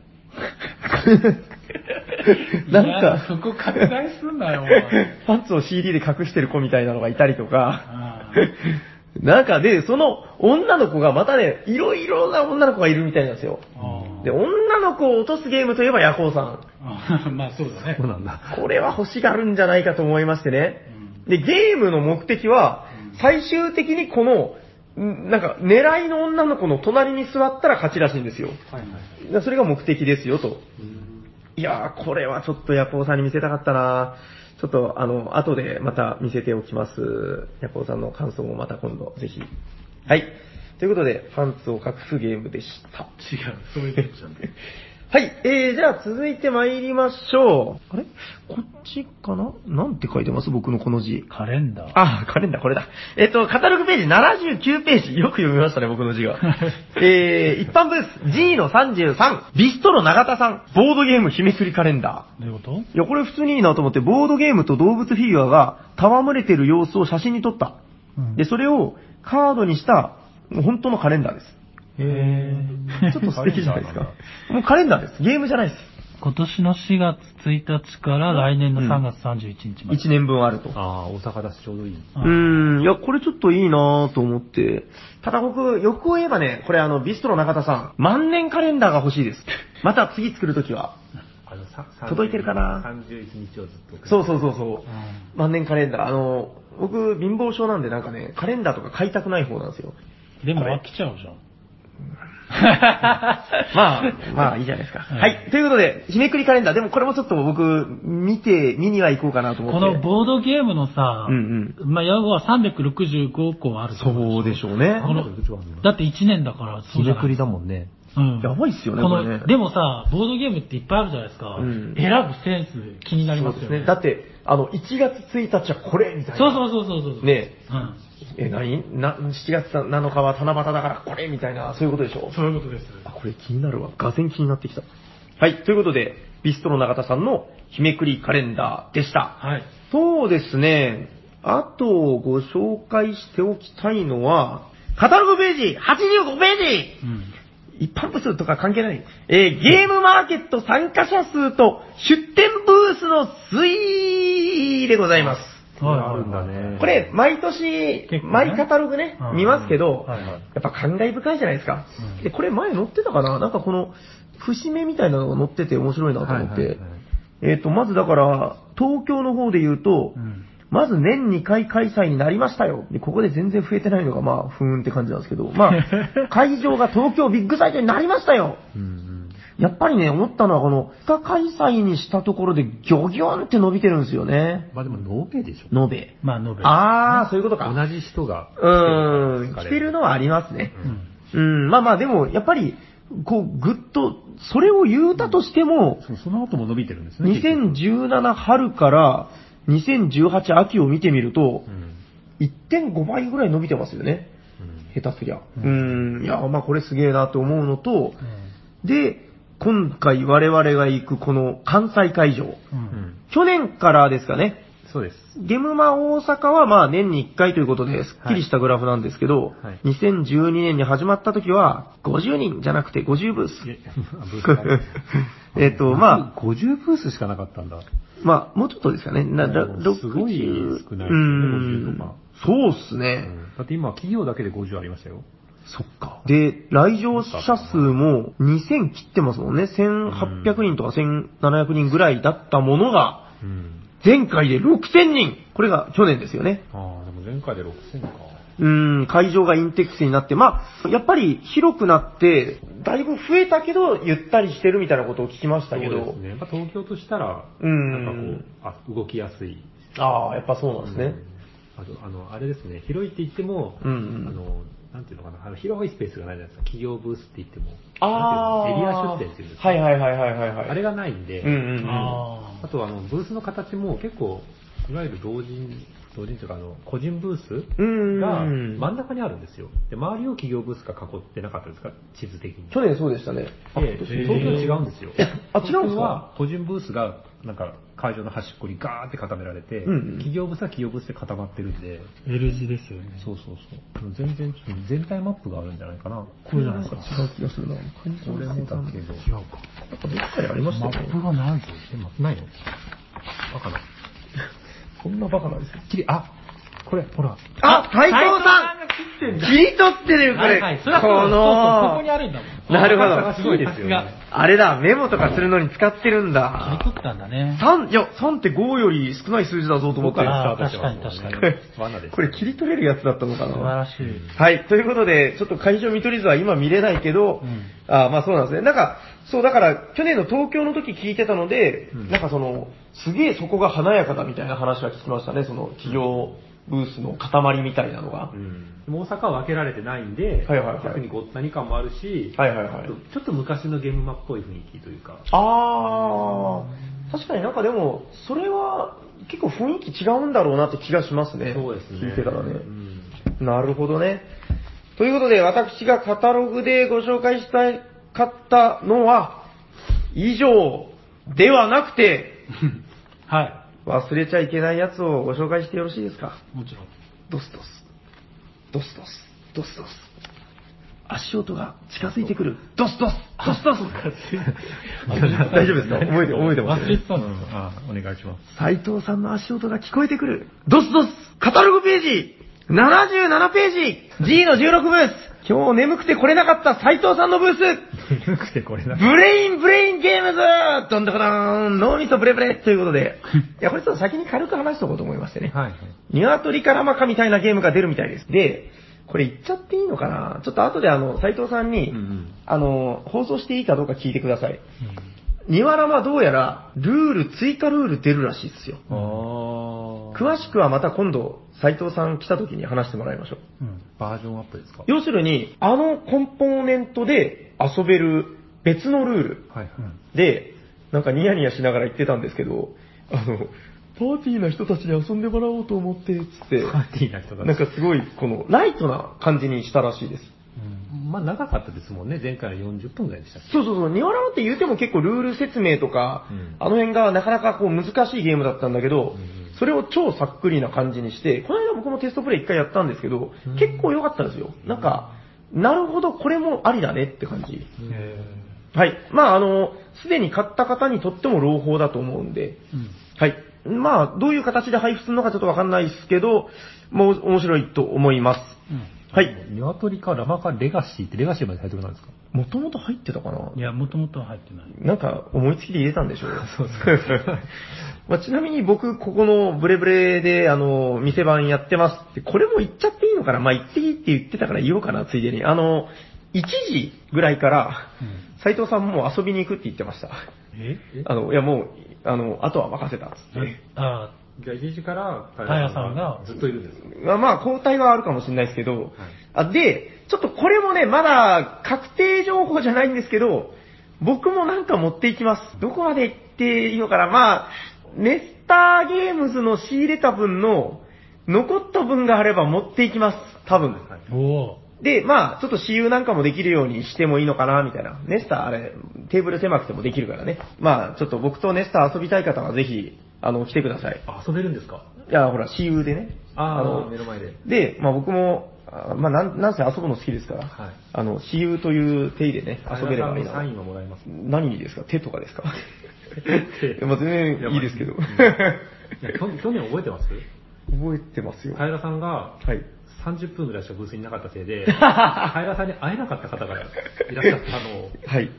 なん いやか、そこ拡大すんなよ、お前。 パンツを CD で隠してる子みたいなのがいたりとか、あなんかで、その女の子がまたね、いろいろな女の子がいるみたいなんですよ。ーあで、女の子を落とすゲームといえばヤコウさん。ー。 まあそうだね。そうなんだ。これは欲しがるんじゃないかと思いましてねうん。で、ゲームの目的は、最終的にこの、んなんか、狙いの女の子の隣に座ったら勝ちらしいんですよ。はいはい。だそれが目的ですよと。いやー、これはちょっとヤコウさんに見せたかったなちょっと、あの、後でまた見せておきます。ヤコウさんの感想もまた今度、ぜひ。はい。ということで、パンツを隠すゲームでした。違う、そういうことじゃん。 はい、えー、じゃあ続いて参りましょう。あれこっちかななんて書いてます僕のこの字。カレンダー。あ、カレンダーこれだ。えっ、と、カタログページ79ページ。よく読みましたね、僕の字 が。えー、一般ブース G の33、ビストロ永田さん、ボードゲーム秘めくりカレンダー。どういうこといや、これ普通にいいなと思って、ボードゲームと動物フィギュアが戯れてる様子を写真に撮った。うんで、それをカードにした、もう本当のカレンダー です。へちょっと素敵じゃないですか。もうカレンダーです。ゲームじゃないです。今年の4月1日から来年の3月31日まで。 1年分あると。ああ、大阪だしちょうどいい。うーん、いや、これちょっといいなぁと思って。ただ僕、欲を言えばね、これあの、ビストロ中田さん、万年カレンダーが欲しいです。また次作るときは。あのさ30届いてるかな31日をずっと。。そううそうそうそう。万年カレンダー。あの、僕、貧乏症なんでなんかね、カレンダーとか買いたくない方なんですよ。でも飽きちゃうじゃん。 まあ、まあいいじゃないですか。はいはい。ということで、日めくりカレンダー。でもこれもちょっと僕、見て、見には行こうかなと思こって。のボードゲームのさ、うんまあ、要は365個あるとそうでしょう ね。このだって1年だから、ひねくりだ。だもんね。うん。やばいっすよね、ここのれね。でもさ、ボードゲームっていっぱいあるじゃないですか。うん選ぶセンス気になりますよそうですね。ね。だって、あの、1月1日はこれみたいな。そうそうそうそうそう。ねうん。え、何な ?7 月7日は七夕だからこれみたいな、そういうことでしょそういうことです。あ、これ気になるわ。がぜん気になってきた。はい、ということで、ビストロ永田さんの日めくりカレンダーでした。はい。そうですね。あと、ご紹介しておきたいのは、カタログページ !85 ページうん。一般部数とか関係ない。えーゲームマーケット参加者数と出店ブースの推移でございます。はいあるんだね。これ、、毎年、結構ね毎カタログねう、ん見ますけど、はいはいやっぱ感慨深いじゃないですか。うんで、これ前載ってたかななんかこの、節目みたいなのが載ってて面白いなと思って。はいはいはいえっ、と、まずだから、東京の方で言うと、うん。まず年2回開催になりましたよ。で、ここで全然増えてないのが、まあ、ふーんって感じなんですけど、まあ、会場が東京ビッグサイトになりましたようんうん。やっぱりね、思ったのは、この、2日開催にしたところで、ギョギョンって伸びてるんですよね。まあでも、ノーペイでしょ。延べ。まあ、ノベル。あー、そういうことか。同じ人が。うーん、着てるのはありますね。うん。うん、まあまあでも、やっぱり、こう、ぐっと、それを言うたとしても、そうその後も伸びてるんですね。結局2017春から2018秋を見てみるとう、ん。 1.5倍ぐらい伸びてますよね。うん下手すりゃ。うん、いや、まあこれすげえなと思うのと、で、今回我々が行くこの関西会場。う。うんん。去年からですかね、そうです。ゲムマ大阪はまあ年に1回ということで、すっきりしたグラフなんですけど、はい2012年に始まった時は、50人じゃなくて50ブース。いや ブースが えっと、まあ、 50ブースしかなかったんだ。まあ、もうちょっとですかね。な、だもう60すごい少ないですねうー50んとか。そうっすうね。んだって今、企業だけで50ありましたよ。そっか。で、来場者数も2000切ってますもんね。1800人とか1700人ぐらいだったものが、うん。前回で6000人これが去年ですよね。ああ、でも前回で6000か。うーん、会場がインテックスになって、まあ、やっぱり広くなって、だいぶ増えたけど、ゆったりしてるみたいなことを聞きましたけそうでどす、ね。やっぱ東京としたら、うんなんかこう、あ動きやすい。ああ、やっぱそうなんですね。あと、あの、あれですね、広いって言っても、うんうんあの、なんていうのかな、あの広いスペースがないじゃないですか、企業ブースって言っても、あなあんていうのエリア出店っていうんですかはいはいはいはいはいはい。あれがないんで、うんうんうんあとあの、ブースの形も結構、いわゆる同人同人というかあの個人ブースうんが真ん中にあるんですよ。で、周りを企業ブースが囲ってなかったですか、地図的に。去年そうでしたね。あで、東京違うんですよ。あ違うんですか東京は個人ブースが、なんか会場の端っこにガーって固められて、うんうん企業ブースは企業ブースで固まってるんで、 L 字ですよね。そうそうそう。全然、ちょっと全体マップがあるんじゃないかな。これじゃないですか。違う気がするな。これもだけど。違うか。どっかにありましたマよッねプ。がないぞ。え、ま、ないのバカな。そんなバカなんですよ。きり、あ、これ、ほら。あ、斎藤斉さが切ってんんだ切り取ってるよ、これ。そりゃそうだこそうそうここにあの、るんだもん。なるほこれはすごいど。ですよね。あれだ、メモとかするのに使ってるん切りだ。取ったんだね。 3、いや、3って5より少ない数字だぞと思って。あー確かに確かに。 罠です。これ切り取れるやつだったのか素な晴らしい。はい。ということで、ちょっと会場見取り図は今見れないけど、うんあーまあそうなんですね。なんか、そうだから、去年の東京の時聞いてたので、んなんかその、すげえそこが華やかだみたいな話は聞きましたね。その、企業ブースの塊みたいなのが。うん。大阪は分けられてないんで、はいはいはい逆にごったに感もあるし、はいはいはいちょっとちょっと昔のゲームマっぽい雰囲気というか、あー、確かになんかでも、それは結構雰囲気違うんだろうなって気がしますね。そうですね。聞いてたらね。うんなるほどね。ということで、私がカタログでご紹介したいかったのは、以上ではなくて、は忘れちゃいけないやつをご紹介してよろしいですかい。もちろん。ドスドス。ドスドス。ドスドス。足音が近づいてくる。ドスドス。ドスドス。大丈夫ですか 覚えて、覚えてます忘れてたんですあ、お願いし ます。斉藤さんの足音が聞こえてくる。ドスドスカタログページ !77 ページ !G の16ブース今日眠くて来れなかった斉藤さんのブース眠くてこれな。ブレインブレインゲームズどんどこどーん脳みそブレブレということ で。いや、これちょっと先に軽く話しとこうと思いましてね。はいはい。鶏からまかみたいなゲームが出るみたいです。で、これ言っちゃっていいのかなちょっと後であの、斉藤さんに、うんうんあの、放送していいかどうか聞いてください。ニワラマどうやら、ルール、追加ルール出るらしいですよ。あー詳しくはまた今度、斉藤さん来た時に話してもらいましょう。うん。バージョンアップですか要するに、あのコンポーネントで遊べる別のルールはいはい。で、なんかニヤニヤしながら言ってたんですけど、あの、パーティーな人たちに遊んでもらおうと思って、つって、パーティーな人だなんかすごい、この、ライトな感じにしたらしいです。まあ長かったですもんね。前回は40分ぐらいでしたっそうそうそう、ニワラマって言うても結構ルール説明とか、うんあの辺がなかなかこう難しいゲームだったんだけど、うんうんそれを超さっくりな感じにして、この間僕もテストプレイ一回やったんですけど、うん結構良かったんですよ。なんか、なるほど、これもありだねって感じ。はい。まあ、あの、すでに買った方にとっても朗報だと思うんで、うん。はい。まあ、どういう形で配布するのかちょっとわかんないですけど、もう面白いと思います。うん。はけい。。鶏かラマかレガシーってレガシーまでタイトルなんですかもともと入ってたかないや、もともとは入ってない。なんか思いつきで入れたん でしょう まあ、ちなみに僕、ここのブレブレで、あの、店番やってますって、これも言っちゃっていいのかなまあ、言っていいって言ってたから言おうかな、ついでに。あの、1時ぐらいから、うん斉藤さんもう遊びに行くって言ってました。えあの、いやもう、あの、あとは任せたっつって。あじゃあ1時から、タイヤさんがずっといるんですかまあまあ、交代はあるかもしれないですけど、あで、ちょっとこれもね、まだ確定情報じゃないんですけど、僕もなんか持っていきます。どこまで行っていいのかなまあ、ネスターゲームズの仕入れた分の、残った分があれば持っていきます。多分。はいあ。おお。で、まあ、ちょっと私有なんかもできるようにしてもいいのかな、みたいな。ネスター、あれ、テーブル狭くてもできるからね。まあ、ちょっと僕とネスター遊びたい方はぜひ、あの、来てください。あ遊べるんですかいや、ほら、私有でね。あのあ、目の前で。で、まあ僕も、あまあなん、なんせ遊ぶの好きですから、はいあの、私有という手入れね、遊べれ ばいいタイヤさんのサイな。ンはもらえます。何にですか手とかですか手 いやまあ全然いいですけど。いやいや去去年覚えてます 覚えてますよ。はい。平さんが30分ぐらいしかブースにいなかったせい で、平さんに会えなかった方がいらっしゃったのを、はい。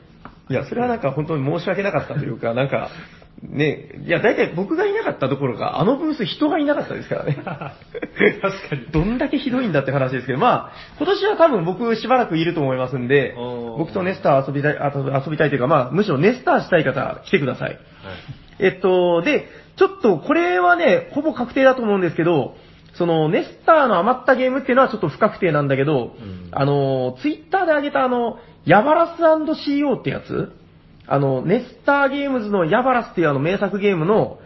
いや、それはなんか本当に申し訳なかったというか、なんか、ね、いや、大体僕がいなかったどころか、あのブース人がいなかったで すからね。確かにどんだけひどいんだって話ですけど、まあ、今年は多分僕しばらくいると思いますんでお、ー僕とネスター遊びたい、あと遊びたいというか、まあ、むしろネスターしたい方、来てください。えっと、で、ちょっとこれはね、ほぼ確定だと思うんですけど、その、ネスターの余ったゲームっていうのはちょっと不確定なんだけど、うんあの、ツイッターで上げたあの、ヤバラス &CO ってやつあの、ネスターゲームズのヤバラスっていうあの名作ゲームの、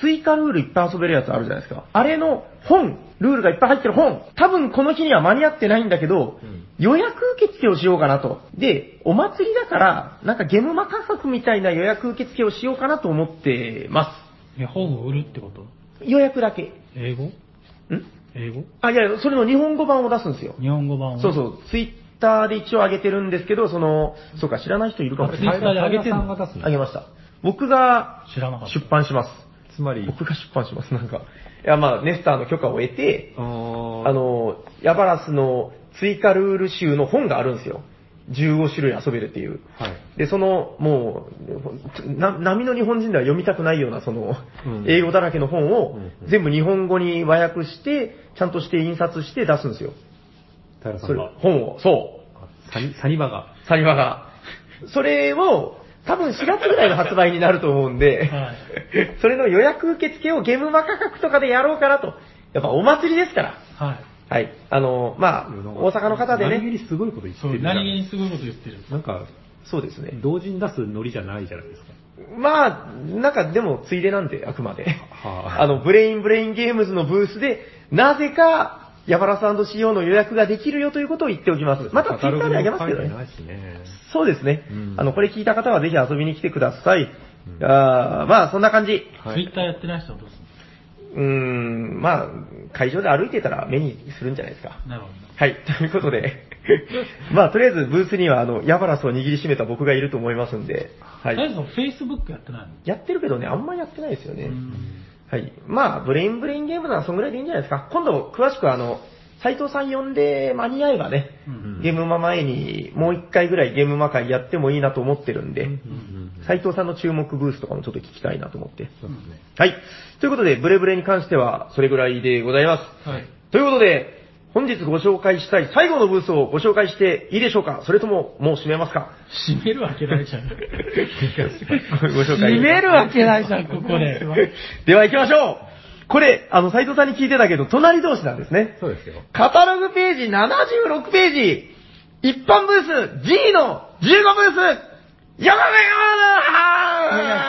追加ルールいっぱい遊べるやつあるじゃないですか。あれの本、ルールがいっぱい入ってる本、多分この日には間に合ってないんだけど、うん予約受付をしようかなと。で、お祭りだから、なんかゲムマ価格みたいな予約受付をしようかなと思ってまえ、本を売るってことす。予約だけ。ん英語英語あ、いや、それの日本語版を出すんですよ。日本語版を。そうそう、ツイッターで一応上げてるんですけど、その、そうか、知らない人いるかもしれなあい。 Twitter で上げてんの平さんが出すの上げました。僕が知らなかった。出版します。つまり、僕が出版します、なんか。いや、まあ、ネスターの許可を得て、あーあの、ヤバラスの追加ルール集の本があるんですよ。15種類遊べるっていう。はい。で、その、もう、な波の日本人では読みたくないような、その、うん英語だらけの本をうんうん全部日本語に和訳して、ちゃんとして印刷して出すんですよ。平さそんれが、、本を、そう。あサニサニバが、サニバが。それを、多分4月ぐらいの発売になると思うんで、はい それの予約受付をゲームマ価格とかでやろうかなと。やっぱお祭りですから。はい。はい。あの、まあ、大阪の方で何ね。気にすごいこと言ってそうるじゃん何気にすごいこと言ってる。なんか、そうですね。同時に出すノリじゃないじゃないですか。まあ、なんかでもついでなんで、あくまで。はああの、ブレインブレインゲームズのブースで、なぜか、ヤバラさん &CO の予約ができるよということを言っておきます。またツイッターであげますけどカタロねグも。書いてないしね。そうですね。うんあの、これ聞いた方はぜひ遊びに来てください。うんあーまあ、そんな感じ。ツイッターやってない人はどうするうーん、まあ、会場で歩いてたら目にするんじゃないですか。のなるほはい、ということで。まあ、とりあえずブースには、あの、ヤバラスを握りしめた僕がいると思いますんで。はど。とりあえい。ず、Facebook やってないのやってるけどね、あんまやってないですよね。うんはい。まあ、ブレインブレインゲームならそんぐらいでいいんじゃないですか。今度、詳しくあの、斎藤さん呼んで間に合えばね、うんゲームマ前にもう一回ぐらいゲームマ会やってもいいなと思ってるんで、うん斉藤さんの注目ブースとかもちょっと聞きたいなと思って。そうですね。はい。ということで、ブレブレに関してはそれぐらいでございます。はい。ということで、本日ご紹介したい最後のブースをご紹介していいでしょうかそれとももう閉めますか閉めるわけないじゃん。ご紹介閉めるわけないじゃん、ここで。 では行きましょうこれ、あの、斉藤さんに聞いてたけど、隣同士なんですね。そうですよ。カタログページ76ページ、一般ブース G の15ブース、よ聞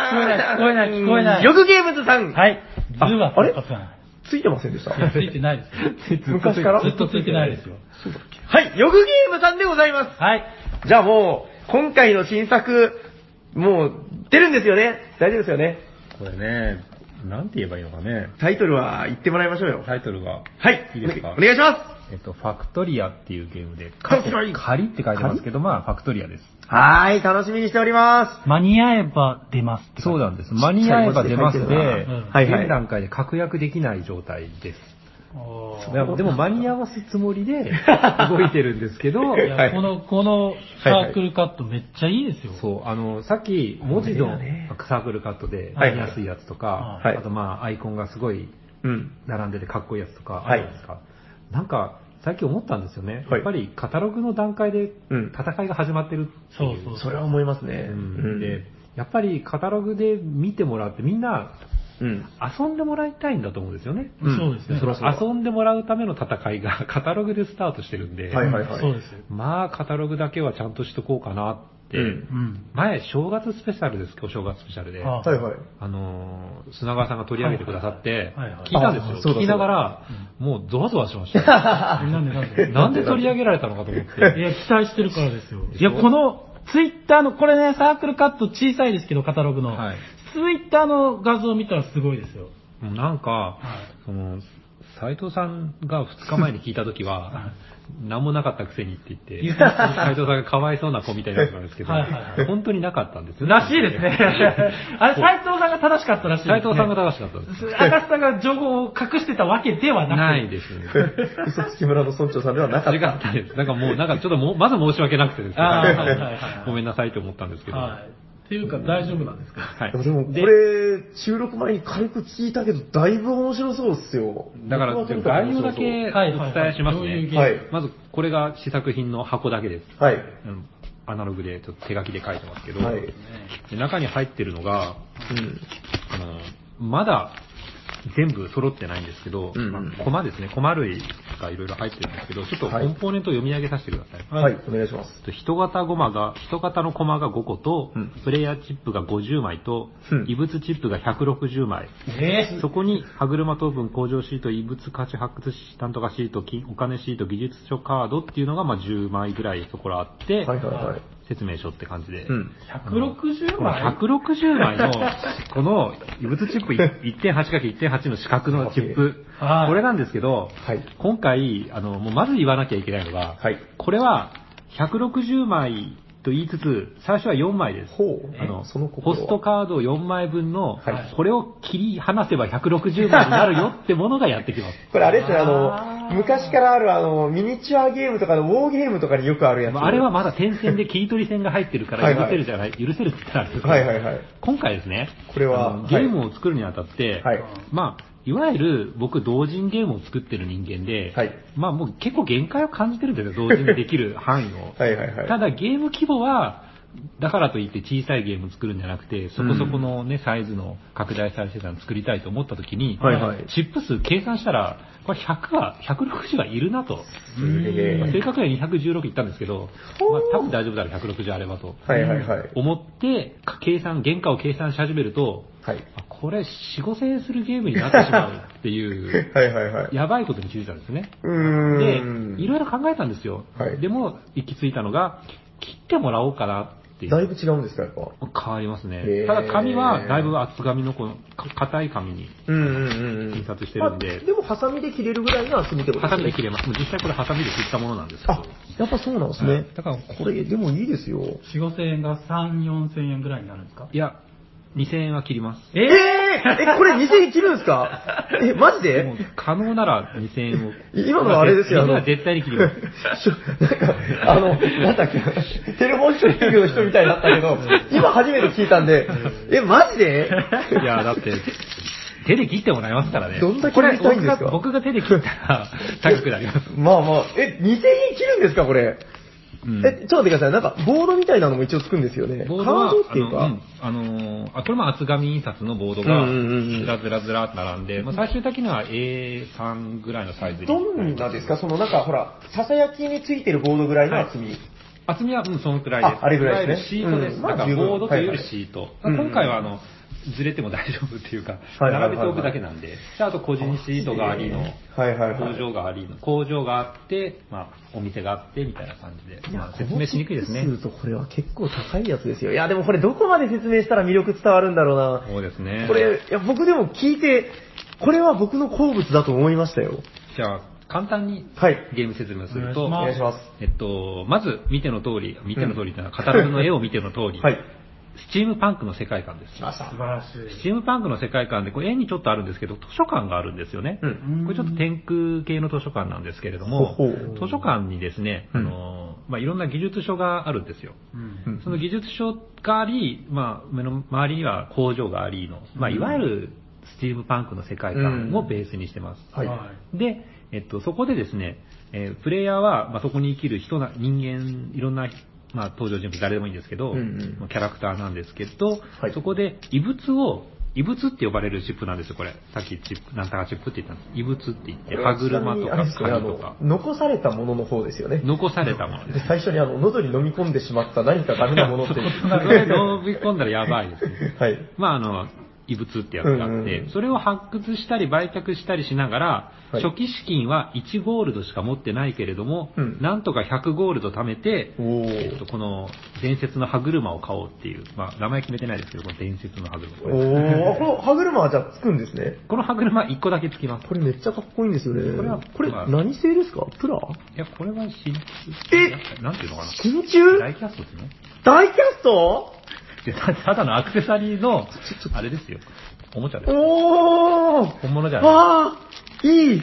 こえない聞こえない聞こえないよくゲームズさん。 はい。ズあはあれ復活さないついてませんでした。ついてないですよ。 昔からずっとついてないですよ。 はい、よくゲームさんでございまはい。す。じゃあもう、今回の新作、もう、出るんですよね大丈夫ですよねこれね、なんて言えばいいのかね。タイトルは言ってもらいましょうよ。タイトルが、はい、いいですかお願いしまえっと、ファクトリアっていうゲームで、ファ仮クトリア仮って書いてますけど、まあ、ファクトリアです。す。はーい、楽しみにしておりま間に合えば出ますってそうだ。なんです。間に合えば出ますで、ちっちゃい文字で書いてるなうんはいはい現段階で確約できない状態です。おーでもでも間に合わすつも りで動いてるんですけど、いやはいこの、このサークルカットめっちゃいいですよ。そう、あの、さっき文字これがのねサークルカットではい見やすいやつとか、はいあとまあアイコンがすごいす。うん。並んでてかっこいいやつとかはあいるじゃないですか。なんか、最近思ったんですよね。はいやっぱりカタログの段階でうん戦いが始まってるっていう。そうそれは思いますね。うんで、やっぱりカタログで見てもらってみんなうん。遊んでもらいたいんだと思うんですよね。うんそうですね。そのそうそう遊んでもらうための戦いが カタログでスタートしてるんで、はいはいはいそうですよ。まあカタログだけはちゃんとしとこうかなって、うんうん。前正月スペシャルですけど、お正月スペシャルで、ああはい はい。のー砂川さんが取り上げてくださってはいはいはいはいはい、聞いたんであすそうだそうよ。だ聞きながら、もうゾワゾワしました。なんでなん でなんで取り上げられたのかと思って。い や、期待してるからですよ。でいしょや、この、ツイッターの、これね、サークルカット小さいですけど、カタログの。はいツイッターの画像を見たらすごいですよ。もうなんかは、その、斎藤さんが2日前に聞いたときはは、何もなかったくせにって 言って、言ってました斎藤さんがかわいそうな子みたいだったんですけどはいはいはい、本当になかったんですよ。らしいですね。 あれ、斎藤さんが正しかったらしいです、ね。斎藤さんが正しかったんです。赤須さんが情報を隠してたわけではなく。ないです。嘘つき村の村長さんではなかっ。違ったたです。なんかもう、なんかちょっともう、まず申し訳なくてですねあーはいはいはいごめんなさいと思ったんですけど。ははい。っていうか、大丈夫なんですかいでもこれ、収録前に軽く聞いたけど、だいぶ面白そうっすよ。だから、僕はとにく概要だけお面伝はいはいはいえしますどういうゲーね。ムはいまず、これが試作品の箱だけです。白そうはい。うんアナログでちょっと手書きで書いてますけど、はい。で中に入ってるのうが、ん。あのまだ全部揃ってないんですけど、うんまあコマですね、コマ類とかいろいろ入ってるんですけど、ちょっとコンポーネントを読み上げさせてください。はい、お願いします。えっと人型ゴマが、人型のコマが5個と、うんプレイヤーチップが50枚と、うん異物チップが160枚。えそこに、歯車トークン、工場シート、異物価値発掘なんとかシート、金お金シート、技術書カードっていうのが、まあ、10枚ぐらいそこらあっはて、いはいはい。説明書って感じで。うん。 160この枚160枚の、この、異 物チップ 1.8×1.8 の四角のチップ、はいこれなんですけど、はい。今回、あの、もうまず言わなきゃいけないのが、はい。これは、160枚と言いつつ、最初は4枚です。ほう。あの、その心ポはストカード4枚分の、はいこれを切り離せば160枚になるよってものがやってき ます。これあれですね、ああの、ー昔からあるあの、ミニチュアゲームとかのウォーゲームとかによくあるやつ。まああれは、まだ点線で切り取り線が入ってるかはらいはい許せるじゃない、許せるって言ったらあれですけどはいはいはい。今回ですね、これはあのはいゲームを作るにあたって、はい。まあ、いわゆる僕、同人ゲームを作ってる人間で、はいまあもう結構限界を感じてるんですよ、同人できる 範囲を。はいはいはい。ただゲーム規模は、だからといって小さいゲーム作るんじゃなくて、そこそこのね、サイズの拡大再生産作りたいと思った時に、はいはいチップ数計算したら、これ100は、160はいるなと。すげまあえ。正確には216いったんですけど、まあ多分大丈夫だろう、160あればと。はいはいはい。思って、計算、原価を計算し始めると、はい。あこれ4、5千円するゲームになってしまうって いう、はいはいはい。やばいことに気づいたんですね。うでー、ん。いろいろ考えたんですよ。はいでも、行き着いたのが、切ってもらおうかなっていう。だいぶ違うんですか、やっぱ。変わりますへねー。ただ紙は、だいぶ厚紙のこの、か硬い紙にうんうんうんうん。印刷してるんでまあ、でも、ハサミで切れるぐらいの厚みってことハサミで切れれます。もう実際これハサミで切ったものなんですけあど。、やっぱそうなんですね。だからこれ、でもいいですよ。 4、5千円が3、4千円ぐらいになるんですかいや、2000円は切ります。えー、え、これ2000切るんです かえ、マジでもで可能なら2000円を。今のはあれですよ、あ今の。は絶対に切り ます。しょなんか、あの、なんだっけ、テレフォンショッピングの人みたいになったけど、今初めて聞いたんで、え、マジでいや、だって、手で切ってもらいますからね。どんだけこれ見たいんですか僕が僕が手で切っ たら高くなります。まあまあ、え、2000円切るんですか、これ。うんえ、ちょっと待ってください。なんか、ボードみたいなのも一応つくんですよね。カボーードはドっていうか。あの、うんあのーあこれも厚紙印刷のボードが、うんうんうんうんずらずらずらっと並んで、まあ、最終的には A3 ぐらいのサイズに。どんなですかそのなんか、ほら、ささやきについてるボードぐらいの厚み。厚みは、うん、そのくらいです。ああれぐらいですねわゆるシートです。うんだからまあ十分ボードというよりシート。はいはい今回は、あの、ずれても大丈夫っていうか、はいはいはいはい並べておくだけなんで。であと、個人シートがありの、はいはいは工い。場がありの、工場があって、まあ、お店があって、みたいな感じで。まあ、説明しにくいですねこ。のチップ数とこれは結構高いやつですよ。いや、でもこれどこまで説明したら魅力伝わるんだろうな。そうですね。これ、いや、僕でも聞いて、これは僕の好物だと思いましたよ。じゃあ、簡単にはい。ゲーム説明するおと、お願願いします。えっと、まず、見ての通り、見ての通りというのは、カタログの絵を見ての通り、はい。スチームパンクの世界観です。来まし素た。晴らしスい。チームパンクの世界観で、これ絵にちょっとあるんですけど、図書館があるんですよね。うん。うんこれちょっと天空系の図書館なんですけれども、ほうほう図書館にですね、あのまあ、いろんな技術書があるんですよ。うんうんその技術書があり、まあ、目の周りには工場がありの、まあ、いわゆるスチームパンクの世界観をベースにしてます。はい。で、えっと、そこでですね、えープレイヤーは、まあ、そこに生きる人な、人間、いろんな、まあ、登場人物誰でもいいんですけど、うんうんまあキャラクターなんですけど、はいそこで異物を、異物って呼ばれるチップなんですよ、これ。さっきチップ、なんとかチップって言ったんです。異物って言って、歯車とあれかですねあ鍵とかの、、残されたものの方ですよね。残されたものですで。最初にあの、喉に飲み込んでしまった何かダメなものっていう。まあ それ飲み込んだらやばいですね。はい。まああの、異物ってやつがあっうんうんうてん、それを発掘したり売却したりしながら、はい初期資金は1ゴールドしか持ってないけれどもうん、なんとか100ゴールド貯めて、おえっーと。この伝説の歯車を買おうっていう、まあ名前決めてないですけど、この伝説の歯車。おこれー。あこの歯車はじゃあつくんですね。この歯車1個だけつきます。これめっちゃかっこいいんですよね。これはこれまあ何製ですかプラいや、これは真えなんていうのかな真鍮大キャストですね。大キャストいやたただのアクセサリーの、あれですよ。おもちゃです。おー本物じゃない。あーいい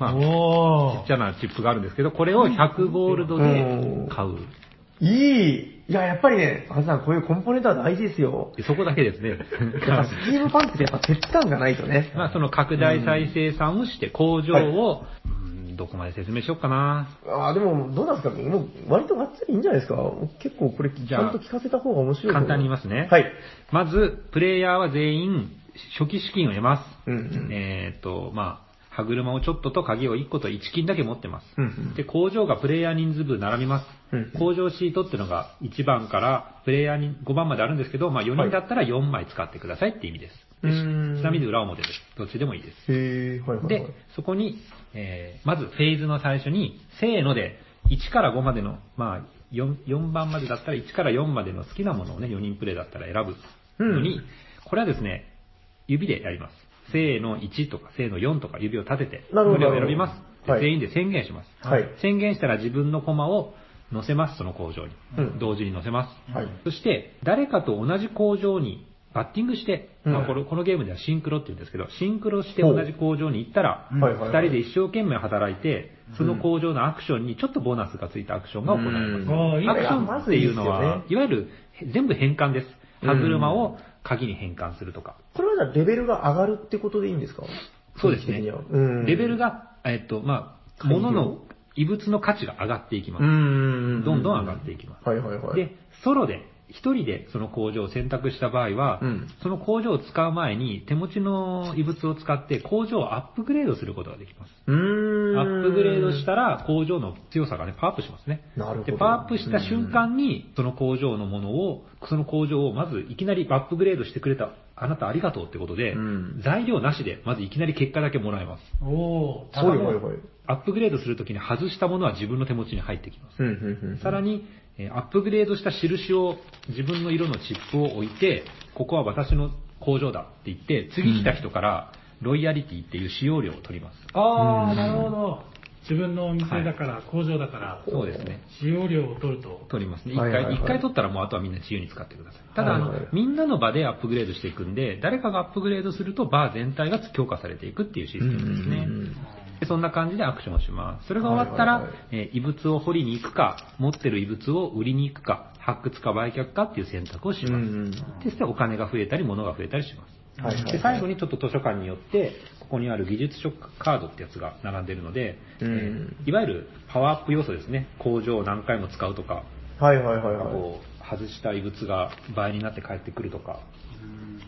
まあ、ちおっちゃなチップがあるんですけど、これを100ゴールドで買う。いいいや、やっぱりね、あずさん、こういうコンポーネントは大事ですよ。でそこだけです ね。やっぱスチームパンクってやっぱ鉄感がないとね。まあ、その拡大再生産をして、工場を、うんどこまで説明しようかな。ああ、でも、どうなんですかもう、割とがっつりいいんじゃないですか結構これ、ちじゃゃあんと聞かせた方が面白いと思簡う単に言いますね。はい。まず、プレイヤーは全員、初期資金を得ます。うんうんえっ、と、まあ、歯車をちょっとと鍵を1個と1金だけ持ってます。うんで、工場がプレイヤー人数分並びます。うん工場シートっていうのが1番からプレイヤーに5番まであるんですけど、まあ4人だったら4枚使ってくださいっていう意味です。でうちーんなみに裏表です。どっちでもいいです。へえ、はいはいはい。で、そこに、えーまずフェーズの最初に、せーので、1から5までの、まあ4、4番までだったら1から4までの好きなものをね、4人プレイだったら選ぶのに、うこれはですね、指でやります。せーの1とか、せーの4とか指を立てて、なるほどどれを選びます。ではい全員で宣言します、はい宣言したら自分の駒を乗せます、その工場に。うん同時に乗せます。はいそして、誰かと同じ工場にバッティングして、うんまあこれこのゲームではシンクロって言うんですけど、シンクロして同じ工場に行ったら、はいはいはい2人で一生懸命働いて、その工場のアクションにちょっとボーナスがついたアクションが行われます。うんアクションっていうのは、いわゆる全部変換です。歯車を鍵に変換するとか。これはじゃあレベルが上がるってことでいいんですかそうですね基本的にはうん。レベルが、えっと、まあ、改良物の異物の価値が上がっていきまうす。ん。どんどん上がっていきます。はいはいはい。で、ソロで、一人でその工場を選択した場合は、うんその工場を使う前に手持ちの異物を使って工場をアップグレードすることができます。うーん。アップグレードしたら工場の強さがね、パワーアップしますね。なるほどで、パワーアップした瞬間に、その工場のものを、その工場をまずいきなりアップグレードしてくれたあなたありがとうってことで、うん材料なしで、まずいきなり結果だけもらえます。おー、はいはいはい。アップグレードするときに外したものは自分の手持ちに入ってきます。うんうんうん。さらに、えーアップグレードした印を、自分の色のチップを置いて、ここは私の工場だって言って、次来た人から、ロイヤリティっていう使用料を取ります。あー、なるほど。自分のお店だから、工場だから、そうですね。使用料を取ると。取りますね。一はいはいはい回、一回取ったらもうあとはみんな自由に使ってください。ただ、はあのいはい、みんなの場でアップグレードしていくんで、誰かがアップグレードするとバー全体が強化されていくっていうシステムですねうんうんうん。でそんな感じでアクションをします。それが終わったら、はいはいはいえー異物を掘りに行くか、持ってる異物を売りに行くか、発掘か売却かっていう選択をします。うんうんでそしてお金が増えたり、物が増えたりします。はいはいで最後にちょっと図書館によって、ここにある技術書カードってやつが並んでるので、うんえーいわゆるパワーアップ要素ですね。工場を何回も使うとか、はいはいはいなんかはい。こう外した異物が倍になって帰ってくるとか、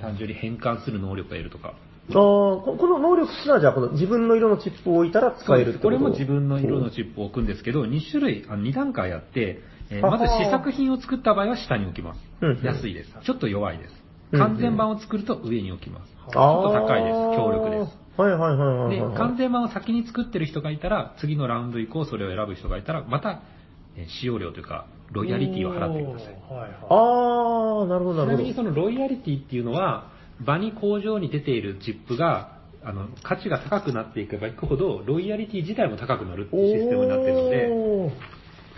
単純に変換する能力が得るとか、あーここの能力すらじゃあ、この自分の色のチップを置いたら使えるってことこれも自分の色のチップを置くんですけど、2種類、あの2段階あって、えーあまず試作品を作った場合は下に置きますうんうん。安いです。ちょっと弱いでうす。んうん完全版を作ると上に置きます。ちょっあとー高いです。強力です。。はいはいはいはいではい、はい。完全版を先に作ってる人がいたら、次のラウンド以降それを選ぶ人がいたら、また、えー使用料というか、ロイヤリティを払ってください。おーはいはいあー、なるほちどななるみほにど。そのロイヤリティっていうのは、場に工場に出ているチップが、あの、価値が高くなっていけばいくほど、ロイヤリティ自体も高くなるっていうシステムになってるので、おー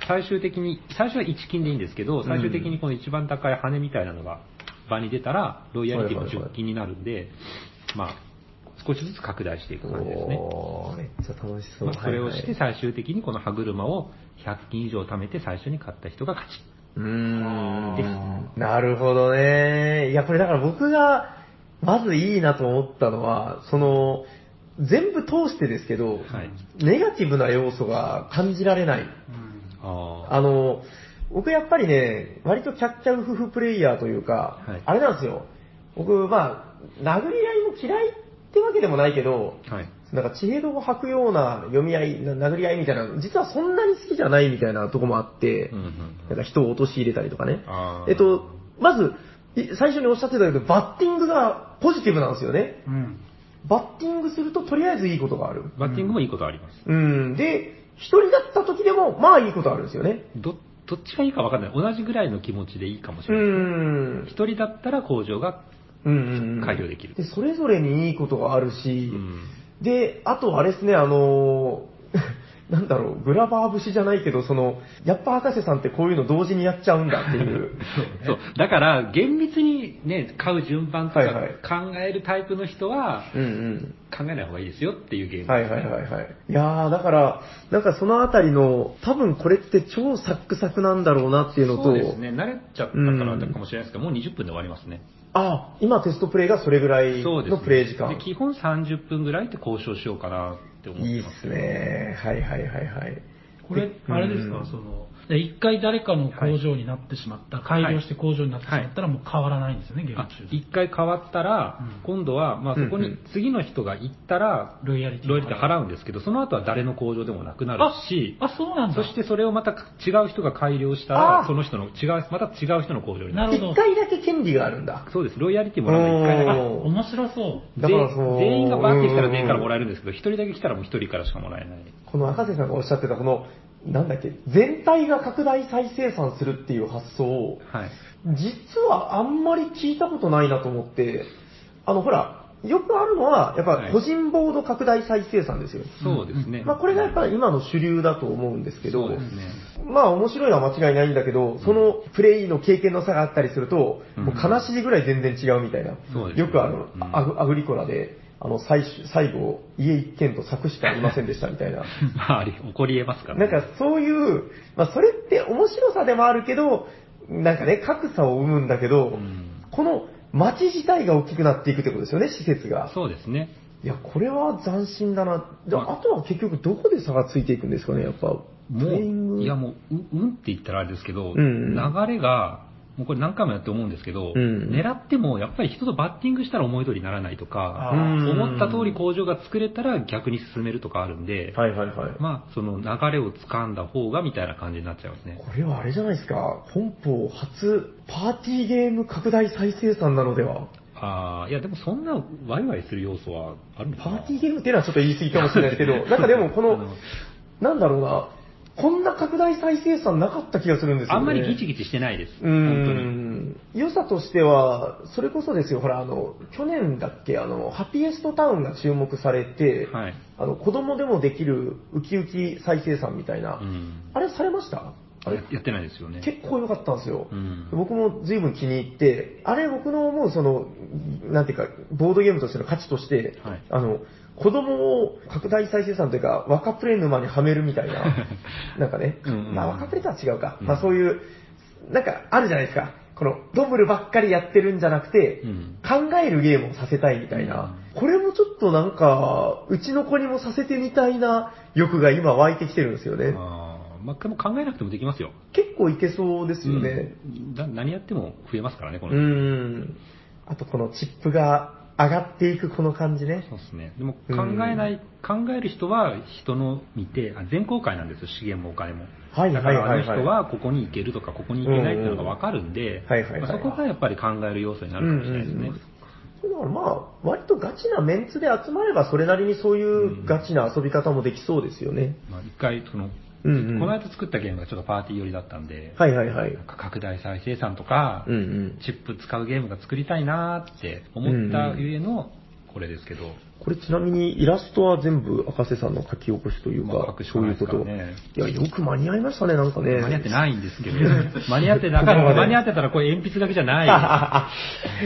最終的に、最初は1金でいいんですけど、最終的にこの一番高い羽みたいなのが場に出たら、ロイヤリティもはいはいはい10金になるんで、まあ、少しずつ拡大していく感じですね。おーめっちゃ楽しそう。まあそれをしてはいはい最終的にこの歯車を100金以上貯めて最初に買った人が勝ち。うーん。なるほどね。いや、これだから僕が、まずいいなと思ったのは、その、全部通してですけど、はいネガティブな要素が感じられない。うんああの、僕やっぱりね、割とキャッキャウフフプレイヤーというか、はいあれなんですよ。僕、まあ、殴り合いも嫌いってわけでもないけど、あ。はい。なんか地平道を吐くような読み合い、な殴り合いみたいな、実はそんなに好きじゃないみたいなとこもあって、うんうんうなんんか人を陥れたりとかねあ。ーえっと、まず、い最初におっしゃってたけど、バッティングがポジティブなんですよね。うん。バッティングするととりあえずいいことがある。バッティングもいいことあります。うん。で、一人だった時でも、まあいいことあるんですよね。ど、どっちがいいか分かんない。同じぐらいの気持ちでいいかもしうれない。ん。一人だったら工場が、改改良できるで、それぞれにいいことがあるし、うんで、あとあれですね、あのー なんだろう、グラバー節じゃないけど、その、やっぱ博士さんってこういうの同時にやっちゃうんだって いう。そう。だから、厳密にね、買う順番とはいかはい考えるタイプの人は、うん考えない方がいいですよっていうゲーうムん。はいはいはいはい。いやー、だから、なんかそのあたりの、多分これって超サックサクなんだろうなっていうのと、そうですね。慣れちゃったからうんかもしれないですけど、もう20分で終わりますね。あ、今テストプレイがそれぐらいそうです、のね。プレイ時間で。基本30分ぐらいって交渉しようかなって思っいいてっます。すね。はいはいはいはい。これ、あれですうか、んその、で一回誰かの工場になってしまった、い改良して工場になってしまったらもう変わらないんですよね、ゲームあ中一回変わったら、うん今度は、まあ、そこうんうにん次の人が行ったら、ロイヤリティロイヤリティ払うんですけど、その後は誰の工場でもなくなるし、あ、そうなんだ。そしてそれをまた違う人が改良したあらー、その人の違う、また違う人の工場にななる。るほ一ど。回だけ権利があるんだ。そうです。ロイヤリティもらうの一回だけ。おー面白そう。だからその全全員がバーって来たら全員からもらえるんですけど、一人だけ来たらもう一人からしかもらえない。この赤瀬さんがおっしゃってた、この、なんだっけ、全体が拡大再生産するっていう発想を、はい。実はあんまり聞いたことないなと思って、あの、ほら、よくあるのは、やっはぱい個人ボード拡大再生産ですよ。そうですね。まあ、これがやっぱり、り今の主流だと思うんですけど、そうですね。まあ面白いのは間違いないんだけど、そのプレイの経験の差があったりすると、うんもう悲しいぐらい全然違うみたいな。そうですねよくあの、うんアグアグリコラで、あの、最終最後、家一軒と柵しかありませんでしたみ たいな。まああり、起こり得ますからなね。んかそういう、まあそれって面白さでもあるけど、なんかね、格差を生むんだけど、うんこの街自体が大きくなっていくってことですよね、施設が。そうですね。いや、これは斬新だな。じゃまあ、ああとは結局どこで差がついていくんですかね、やっぱ。プレインもグう、いやもう、う、うんって言ったらあれですけど、うんうん流れが、もうこれ何回もやって思うんですけど、うん狙ってもやっぱり人とバッティングしたら思い通りにならないとあか、ー思った通り工場が作れたら逆に進めるとかあるんで、はいはいはい。まあ、その流れを掴んだ方がみたいな感じになっちゃいますね。これはあれじゃないですか、本邦初パーティーゲーム拡大再生産なのでは。ああ、いやでもそんなワイワイする要素はあるのパかなーティーゲームっていうのはちょっと言い過ぎかもしれないですけ ど、なんかでもこあのの、なんだろうな、こんな拡大再生産なかった気がするんですよね。あんまりギチギチしてないです。うーん良さとしては、それこそですよ、ほら、あの、去年だっけ、あの、ハピエストタウンが注目されて、はいあの、子供でもできるウキウキ再生産みたいな、本当に。うん。あれされましたあれややってないですよね。結構良かったんですよ。うん僕も随分気に入って、あれ僕の思うその、なんていうか、ボードゲームとしての価値として、はいあの、子供を拡大再生産というか、若プレ沼にはめるみたいな、 なんかね、うんうんまあ若プレとは違うか、うんまあそういう、なんかあるじゃないですか。この、ドブルばっかりやってるんじゃなくて、うん考えるゲームをさせたいみたいな、これもちょっとなんか、うちの子にもさせてみたいな欲が今湧いてきてるんですよね。あーまあ、でも考えなくてもできますよ。結構いけそうですよね。うんだ何やっても増えますからね、こうの、ん。あとこのチップが上がっていくこの感じね。そうですね。でも考えない、考える人は人の見て、あ全公開なんですよ、資源もお金も。はいだはかいらはあいのはい。人はここに行けるとか、ここに行けないっていうのがわかるんで、うんはいはいはいまあそこがやっぱり考える要素になるかもしれないですね。うんうんだからまあ、割とガチなメンツで集まればそれなりにそういうガチな遊び方もできそうですよね。まあ、一回、その、うんうん。このはい間作ったゲームがちょっとパーティー寄りだったんで、はいはいな。んか拡大再生産とか、うんうん。チップ使うゲームが作りたいなーって思ったゆえの、これですけど、これちなみにイラストは全部赤瀬さんの書き起こしというか、まあ書くしそかうないいうでこすからと。ねいや、よく間に合いましたね、なんかね。間に合ってい。ないんですけど、間に合って なかった、間に合ってたらこれ鉛筆だけじゃな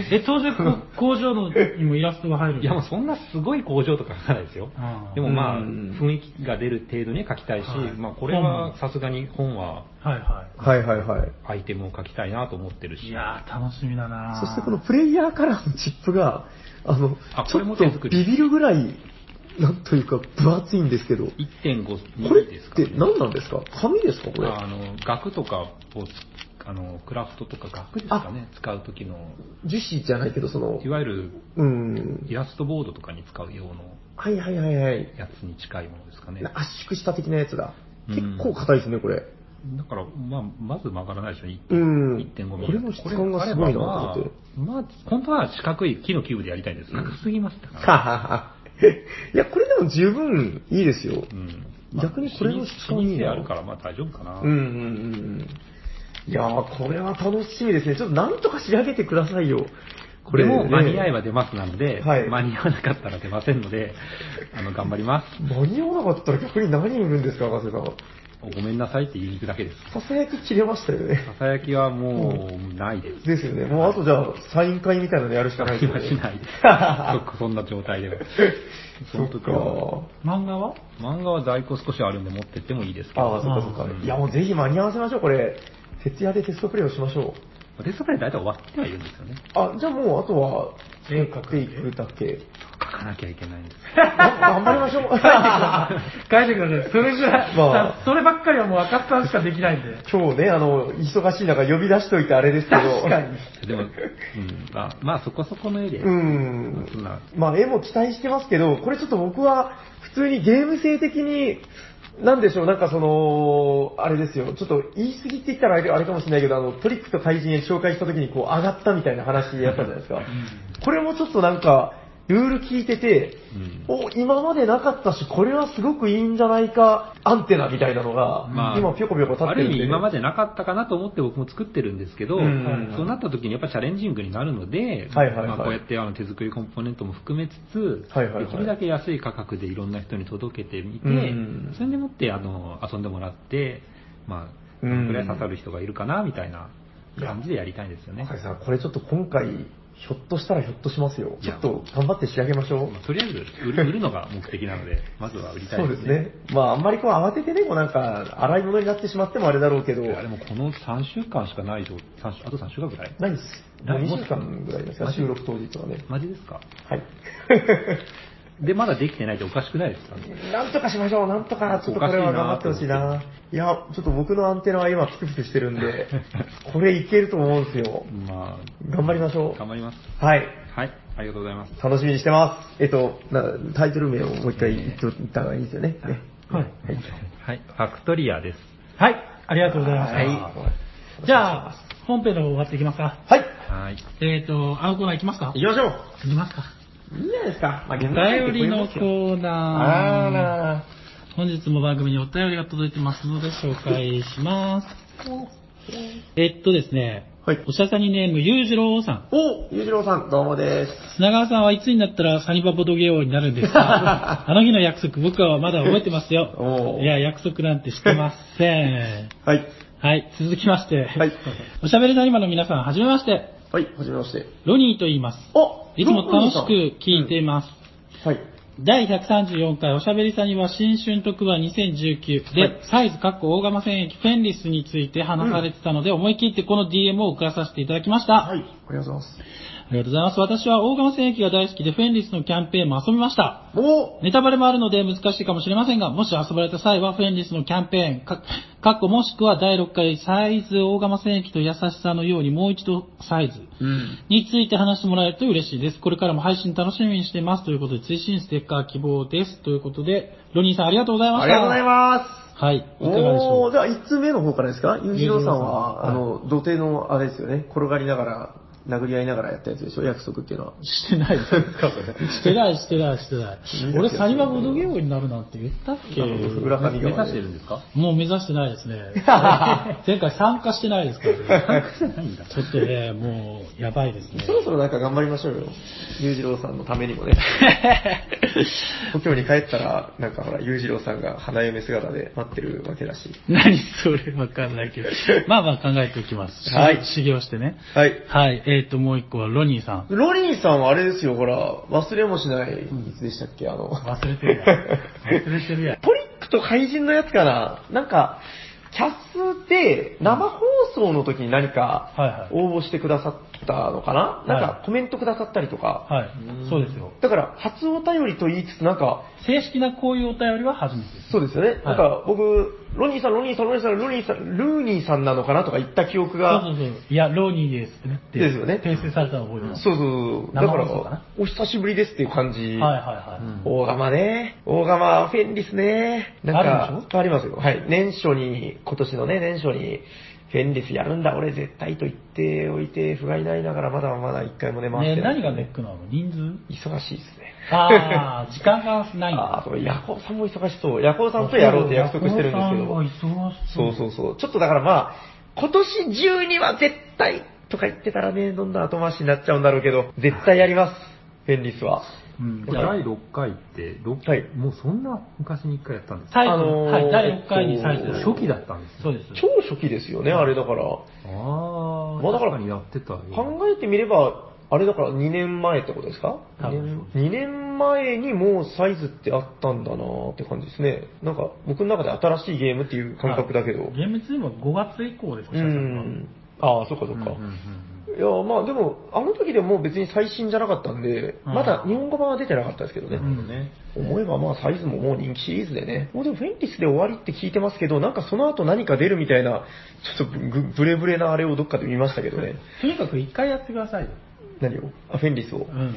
い。え、当然こ、工場のにもイラストが入るいやもうそんなすごい工場とか書かないですよあー。でもまあ、うん雰囲気が出る程度には書きたいしはい、まあこれはさすがに本ははいはい。 はいはいはい。アイテムを書きたいなと思ってるし。いやー、楽しみだなーそしてこのプレイヤーからのチップが、あの、あちこれょもっと手作りビビるぐらい、なんというか分厚いんですけど、こ1.5ミれっリですか、て何なんですか紙ですかこれ。あの、額とかをつ、あの、クラフトとか額ですかね、使う時の、樹脂じゃないけど、そのい、わゆるうん。イラストボードとかに使う用のはいはいはいはい。やつに近いものですかね。圧縮した的なやつだ。うん結構硬いですね、これ。だから、まあ、まず曲がらないでしょ、1.5うん。 1.5ミこリ。れも質感がすごいなと思って。まあ、まあ本当は四角い木のキューブでやりたいんです。高すぎますだから。ははは。 いや、これでも十分いいですよ。うん逆にこれの質感老舗いいな老舗あるから、まあ大丈夫かな。うんうんうんうん。いやー、これは楽しみですね。ちょっとなんとか仕上げてくださいよ。これもね間に合えば出ますなので、はい間に合わなかったら出ませんので、あの、頑張ります。間に合わなかったら逆に何売るんですか、赤瀬さん。ごめんなさいって言いに行くだけです。ささやき切れましたよね。ささやきはもう、ないです。ですよね。もうあとじゃあ、サイン会みたいなのやるしかないです今よねしないです。そそんな状態では。そっの時か。は漫画は漫画は在庫少しあるんで持ってってもいいですけああ、ど、そっかそっか。いや、もうぜひ間に合わせましょう、これ。徹夜でテストプレイをしましょう。デスクプレイ大体終わってはいるんですよね。あ、じゃあもうあとは、絵描くだけっていくだけ。書書かなきゃいけないんです。頑張りましょう。 書いてください。それじゃ、まそればっかりはもう赤っさんしかできないんで。今日ね、あの、忙しい中呼び出しといてあれですけど。確かに。でも、うん、まあ、まあそこそこの絵で、うんそんな、まあ、絵も期待してますけど、これちょっと僕は、普通にゲーム性的に、なんでしょう、なんかその、あれですよ、ちょっと言い過ぎって言ったらあれあれかもしれないけど、あの、トリックと対人へ紹介した時にこう上がったみたいな話やったじゃないですか。これもちょっとなんか、ルール聞いてて、お、今までなかったし、これはすごくいいんじゃないか、アンテナみたいなのが、まあ今ぴょこぴょこ立っあてるるん意で、味今まで。でなかったかなと思って僕も作ってるんですけど、うんそうなった時にやっぱチャレンジングになるので、はいはいはいまあこうやってあの手作りコンポーネントも含めつつ、はいはいはいできるだけ安い価格でいろんな人に届けてみて、うんそれでもってあの遊んでもらって、まあ、どのくらい刺さる人がいるかなみたいな感じでやりたいんですよね。若井さん、これちょっと今回、ひょっとしたらひょっとしますよ。いちょやっと頑張って仕上げましょう。まあとりあえず売る売るのが目的なので、まずは売りたそいうです。ね。まあ、あんまりこう慌ててね、こうなんか、洗い物になってしまってもあれだろうけど、いやでもこの3週間しかない状三週あと3週間ぐらい何です。もう来2週間ぐらいですか、マジ収録当日はね。マジですかはい。で、まだできてないっておかしくないですかね なんとかしましょう、なんとか、ちょっとこれは頑張ってほしいな。いや、ちょっと僕のアンテナは今ピクピクしてるん で、これいけると思うんですよ。ま頑張りましあ、ょ頑張ります。う。はい。はい、ありがとうございます。楽しみにしてます。えっと、なタイトル名をもう一回言っといた方がいいですよね。ねはい。はい、ファクトリアです。はい。ありがとうございました。じゃあ、本編の方終わっていきますか。はい。はい。えーと、あのコーナー行きますか行きましょう。行きますか。いいんじゃないですか。まあ、現代お便りのコーあナー。ら本日も番組にお便りが届いてますので紹介します。えっとですね、はいおしゃさにネーム、ゆうじろうさん。おゆうじろうさん、どうも です。砂川さんはいつになったらサニバボドゲ王になるんです かあの日の約束、僕はまだ覚えてますよお。ーいや、約束なんてしてません。はい。はい、続きまして。はい。おしゃべりな今の皆さん、はじめまして。はい、はじめまして。ロニーと言います。おいつも楽しく聞いています。く。はい。第134回おしゃべりさんには新春特番2019で、はいサイズかっこ大釜戦役フェンリスについて話されてたので、思い切ってこの DM を送らさせていただきました。はい、ありがとうございます。ありがとうございます。私は大釜戦役が大好きで、フェンリスのキャンペーンも遊びました。おネタバレもあるので難しいかもしれませんが、もし遊ばれた際は、フェンリスのキャンペーン、かかっこもしくは第6回サイズ大釜戦役と優しさのようにもう一度サイズうん。について話してもらえると嬉しいです。これからも配信楽しみにしています。ということで、追伸ステッカー希望です。ということで、ロニーさんありがとうございました。ありがとうございます。す。はい。いかがでしおょー、じゃあ1通目の方からですかゆうじろうさんは、あゆうじろの、土手の、あれですよね、転がりながら、殴り合いながらやったやつでしょ約束っていうのは。うしてないです。してない、してない、してない。俺、サニバボードゲームになるなんて言ったっけ村上目指が。してるんですかもう目指してないです ね。前回参加してないですからね。ちょっとね、もう、やばいですね。そろそろなんか頑張りましょうよ。ゆうじろうさんのためにもね。 故郷に帰ったら、なんかほら、ゆうじろうさんが花嫁姿で待ってるわけだし。何それわかんないけど。まあまあ考えておきます。はい修行してね。はい。はい。えっ、ー、と、もう一個はロニーさん。ロリーさんはあれですよ、ほら、忘れもしない、いつでしたっけ、あの、忘れてるやん。忘れてるやん。 トリックと怪人のやつかななんか、キャスで生放送の時に何はいかはい応募してくださったのかな、なんはかコメントくださったりとか、はい。そうですよ。だから初お便りと言いつつなんか、正式なこういうお便りは初めてです。そうですよね、なんか僕、ロニーさん、ロニーさん、ロニーさん、ロニーさん、ルーニーさんなのかなとか言った記そ憶が、うそうそう。いや、ロニーですってねって。ですよね訂正されたの覚えてます。そうそうそう。だ生か放送かなら、お久しぶりですっていう感はいはじ。いはい。大釜ね。大釜、フェンリスね。なんあるんでしか、ありますよ。はい。年初に、今年のね、年初に、フェンリスやるんだ、俺絶対と言っておいて、不甲斐ないながら、まだまだ一回もね、回っねてな何い。がネックなの人 数忙しいですね。ああ、時間がないんああ、だ。そう、ヤコウさんも忙しそう。ヤコウさんとやろうって約束してるんですけど。すけど。忙しそうそうそう。ちょっとだからまあ、今年中には絶対とか言ってたらね、どんどん後回しになっちゃうんだろうけど、絶対やります。フェンリスは。うん。だ第から6回って、六はいもうそんな昔に1回やったんですか最後、あのーはい、第6回に最えっ初。と初期だったんですそねうです。超初期ですよね、あれだから。あまああ、だから確かにやってたよ。考えてみれば、あれだから2年前ってことですか多分 ?2 年前にもうサイズってあったんだなーって感じですね。なんか僕の中で新しいゲームっていう感覚だけど。ゲーム2も5月以降ですうね、ん。ああ、そっかそっか。うんうんうんいや、まあでも、あの時でも別に最新じゃなかったんで、まだ日本語版は出てなかったですけどね。ね。思えばまあサイズももう人気シリーズでね。もうでもフェンリスで終わりって聞いてますけど、なんかその後何か出るみたいな、ちょっとぐブレブレなあれをどっかで見ましたけどね。とにかく一回やってくださいよ。何をあ、フェンリスを。うん。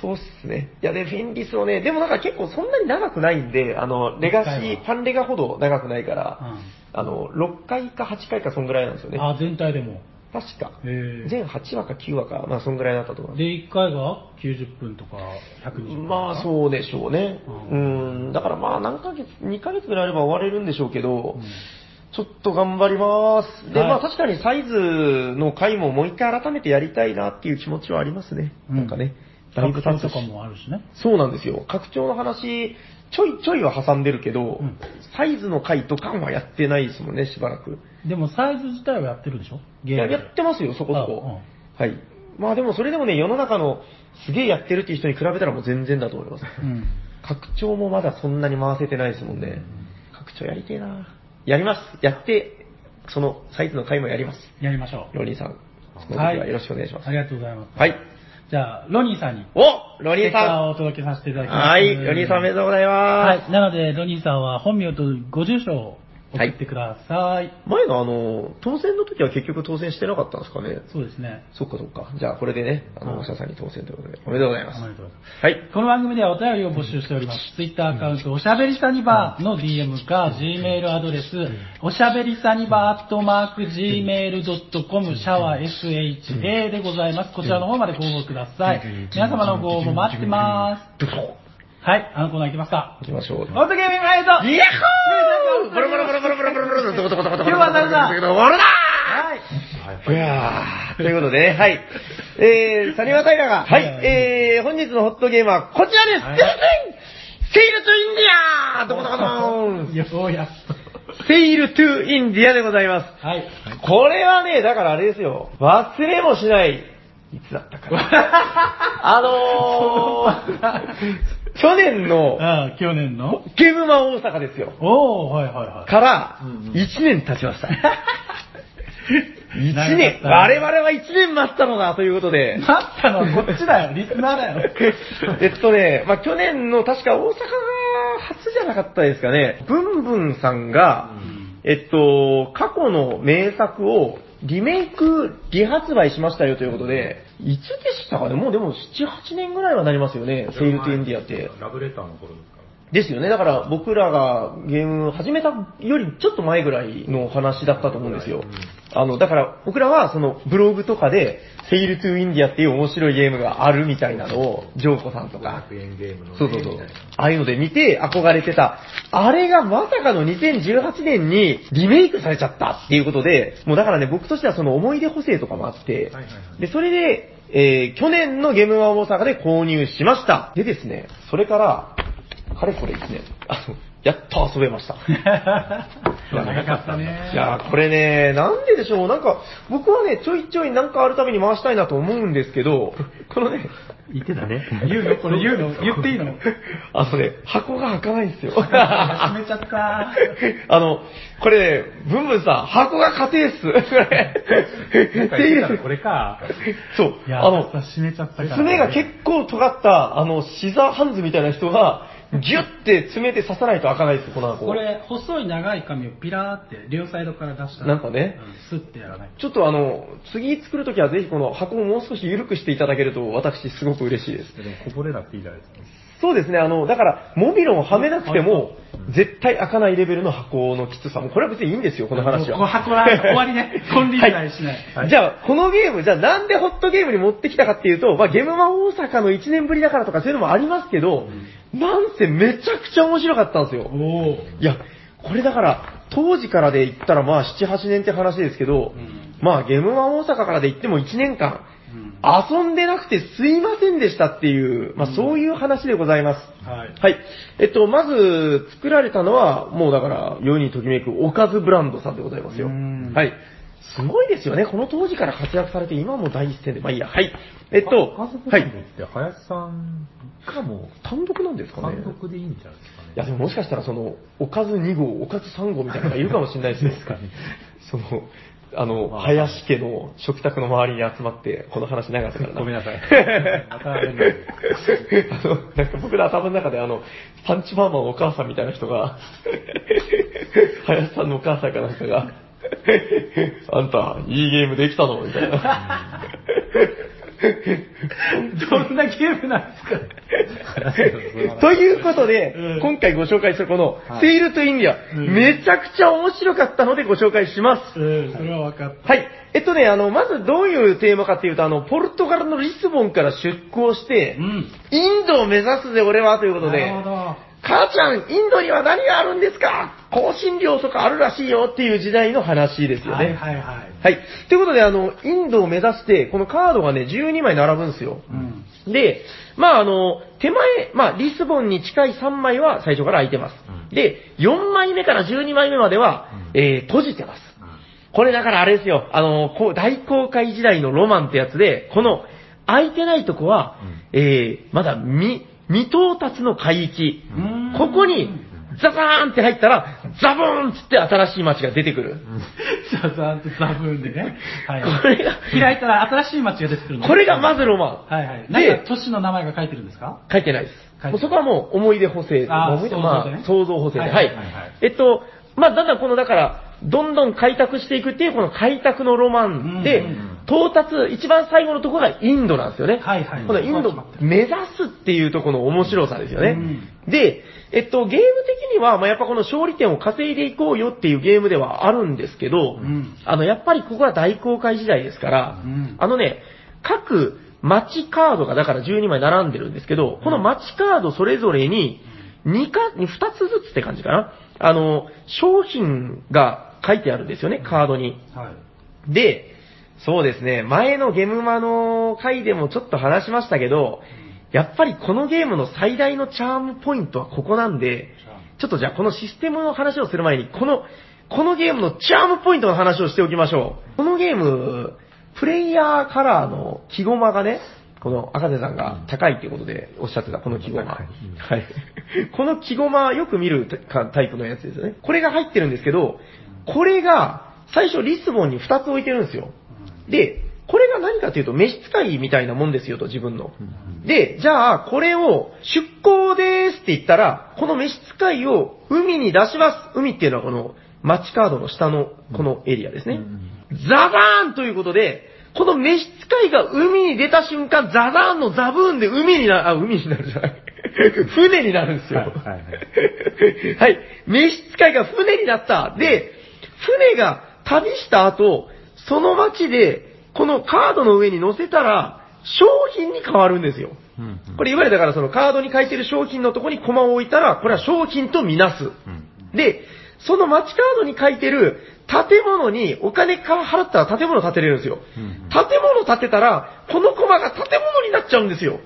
そうっすね。いや、で、フェンリスをね、でもなんか結構そんなに長くないんで、あの、レガシ一回はー、パンレガほど長くないかうら、んあの、6回か8回かそんぐらいなんですよね。あ、全体でも。確か。へえ全8話か9話か、まあそんぐらいだったと思います。で、1回が90分とか120分とか。まあそうでしょうね。ううんん、だからまあ何ヶ月、2ヶ月ぐらいあれば終われるんでしょうけど、うんちょっと頑張ります。で、はいまあ確かにサイズの回ももう一回改めてやりたいなっていう気持ちはありますね。うんなんかね、だいぶ拡経張つとしかもあるしね。そうなんですよ。拡張の話、ちょいちょいは挟んでるけど、うんサイズの回とかはやってないですもんね、しばらく。でもサイズ自体はやってるでしょいゲーやムやで。ってますよ、そこそこ。はい。まあでもそれでもね、世の中のすげえやってるっていう人に比べたらもう全然だと思います。うん。拡張もまだそんなに回せてないですもんね。拡張やりてえなやります。やって、そのサイズの回もやります。やりましょロニーさん、その時ははいよろしくお願いしうま。す。ありがとうございます。はい。じゃあ、ロニーさんに、おロスニテッーカーさをお届けさせていただんきます。はい、ロニーさんおめでとうございはます。い。なので、ロニーさんは本名とご住所を送ってください。前のあの、当選の時は結局当選してなかったんですかねそうですね。そっかそっか。じゃあこれでね、あはいの、お医者さんに当選ということで、おめでとうございまおめす。でとうございます。はい。この番組ではお便りを募集しております。ツイッターアカウント、おしゃべりサニバーの DM か、Gmail アドレス、おしゃべりサニバーアットマーク Gmail.com、シャワー SHA でございます。こちらの方までご応募ください。皆様のご応募待ってまドロす。はい、あのコーナー行きますか行。きましょう。オズゲームライトイヤッホーボロボロボロボロボロボロボロボロボロボロボロボロボロボロボロ今日は誰だボロだはい。いやーということでね、はい。えー、サニワタイラが、はい、えー、本日のホットゲームはこちらです、セールトゥインディアどこどこどようやっと。ーんセールトゥインディアでございます。はい。これはね、だからあれですよ。忘れもしない。いつだったかな。あのー、去年のああ、去年のゲームマ大阪ですよ。おー、はいはいはい。 からうんう、ん1年経ちました。1長かっ年たね我々は1年待ったのだということで。なったのはこっちだよ、リスナーだよ。 えっとね、まあ、去年の確か大阪が初じゃなかったですかね、ブンブンさんが、えっと、過去の名作をリメイク、リ発売しましたよということで、いつでしたかねもうでも7、8年ぐらいはなりますよね、セールトゥインディアって。ラブレターの頃ですから。ですよね。だから僕らがゲーム始めたよりちょっと前ぐらいの話だったと思うんですよ。あの、だから僕らはそのブログとかで、セールトゥインディアっていう面白いゲームがあるみたいなのを、ジョーコさんとか、 500円ゲームのね。そうそうそうみたいな。ああいうので見て憧れてた。あれがまさかの2018年にリメイクされちゃったっていうことで、もうだからね、僕としてはその思い出補正とかもあってはいはいは、いで、それで、えー、去年のゲームワン大阪で購入しました。でですね、それから、かれこれですね、あの、やっと遊べ ました。長かったねい。やーこれね、なんででしょう、なんか、僕はね、ちょいちょいなんかあるたびに回したいなと思うんですけど、このね、 言ってたね。言うのこれ言うの言っていいのあのね、箱が開かないん ですよ。閉めちゃった。 あの、これ、ブンブンさん、箱が家庭っ す。これ。今回言ってたらこれか。 そう。いや、あの、閉めちゃったから。爪が結構尖った、あの、シザーハンズみたいな人が、ギュッて爪で刺さないと開かないです、この箱。これ、細い長い髪をピラーって両サイドから出したらなんかねうんスッてやらない。ちょっとあの、次作るときはぜひこの箱をもう少し緩くしていただけると、私すごく嬉しいです。でもこぼれなくていいじゃないですか。そうですね、あの、だから、モビロンをはめなくても、絶対開かないレベルの箱のきつさも、これは別にいいんですよ、この話は。もう箱は終わりねはい金輪際しないはいじゃあ、このゲーム、じゃあなんでホットゲームに持ってきたかっていうと、まあ、ゲームマ大阪の1年ぶりだからとかそういうのもありますけど、なんせめちゃくちゃ面白かったんですよ。おお。いや、これだから、当時からで言ったらまあ7、8年って話ですけど、うんまあゲームマ大阪からで言っても1年間、遊んでなくてすいませんでしたっていう、まあそういう話でございます。はい。はい。えっと、まず、作られたのは、もうだから、世にときめく、おかずブランドさんでございますよ。うんはい。すごいですよね。この当時から活躍されて、今も第一線で。まあいいや。はい。えっと、家族はでい。って林さんがも単独なんですうかね単。独でいいんじゃないですかねい。や、でももしかしたら、その、おかず2号、おかず3号みたいなのがいるかもしれないですね。 ですかねその、あの、林家の食卓の周りに集まって、この話長かったからな。。ごめんなさい また連絡あの、なんか僕の頭の中であの、パンチパーマのお母さんみたいな人が、 林さんのお母さんかなんかが、あんた、いいゲームできたのみたいな。 どんなゲームなんですか ということで、今回ご紹介するこの、セールとインディア、めちゃくちゃ面白かったのでご紹介します。うん、それは分かった。はい。えっとね、あの、まずどういうテーマかっていうと、あの、ポルトガルのリスボンから出港して、うん。インドを目指すぜ、俺は、ということで、なるほど。母ちゃん、インドには何があるんですか香辛料とかあるらしいよっていう時代の話ですよはね。いはいはい。はい。ということで、あの、インドを目指して、このカードがね、12枚並ぶんですよ。うん。で、まああの、手前、まあリスボンに近い3枚は最初から空いてます。で、4枚目から12枚目までは、えー閉じてます。これだからあれですよ、あの、こう大航海時代のロマンってやつで、この空いてないとこは、えーまだ未、未到達の海域。うんここに、ザバーンって入ったら、ザボーンっつって新しい街が出てくる。ザザーンとザブーンでね。はい。これが開いたら新しい街が出てくるのこれがまずロマン。はいはい。でなんか都市の名前が書いてるんですか書いてないで書す。いてないもうそこはもう思い出補正。あー思い出想像ま補正ねあ、想像補正で。はいはいはいはい。えっと、まあ、だんだんこの、だから、どんどん開拓していくっていう、この開拓のロマンでうんうんうん、到達、一番最後のところがインドなんですよね。はいはいこのインドここは決まってる目指すっていうところの面白さですよね。うで、えっと、ゲーム的には、まあ、やっぱこの勝利点を稼いでいこうよっていうゲームではあるんですけど、んあの、やっぱりここは大航海時代ですから、うんあのね、各街カードがだから12枚並んでるんですけど、この街カードそれぞれに2か、2つずつって感じかな。あの、商品が書いてあるんですよね、カードに。はい。で、そうですね、前のゲムマの回でもちょっと話しましたけど、やっぱりこのゲームの最大のチャームポイントはここなんで、ちょっとじゃあこのシステムの話をする前に、この、このゲームのチャームポイントの話をしておきましょう。このゲーム、プレイヤーカラーの木駒がね、この赤瀬さんが高いっていうことでおっしゃってた、この木駒。はい。 この木駒、よく見るタタイプのやつですよね。これが入ってるんですけど、これが、最初リスボンに2つ置いてるんですよ。で、これが何かというと、召使いみたいなもんですよと、自分の。で、じゃあ、これを、出港ですって言ったら、この召使いを海に出します。海っていうのはこの、マッチカードの下の、このエリアですね。ザバーンということで、この召使いが海に出た瞬間、ザザーンのザブーンで海にな、あ、海になるじゃない。 船になるんですよ。はいはいはい はい。召使いが船になった。で、船が旅した後、その町で、このカードの上に乗せたら、商品に変わるんですよ。うんうんこれいわゆるだからそのカードに書いてる商品のとこにコマを置いたら、これは商品とみなす。で、その街カードに書いてる建物にお金から払ったら建物建てれるんですよ。建物建てたら、このコマが建物になっちゃうんですよ。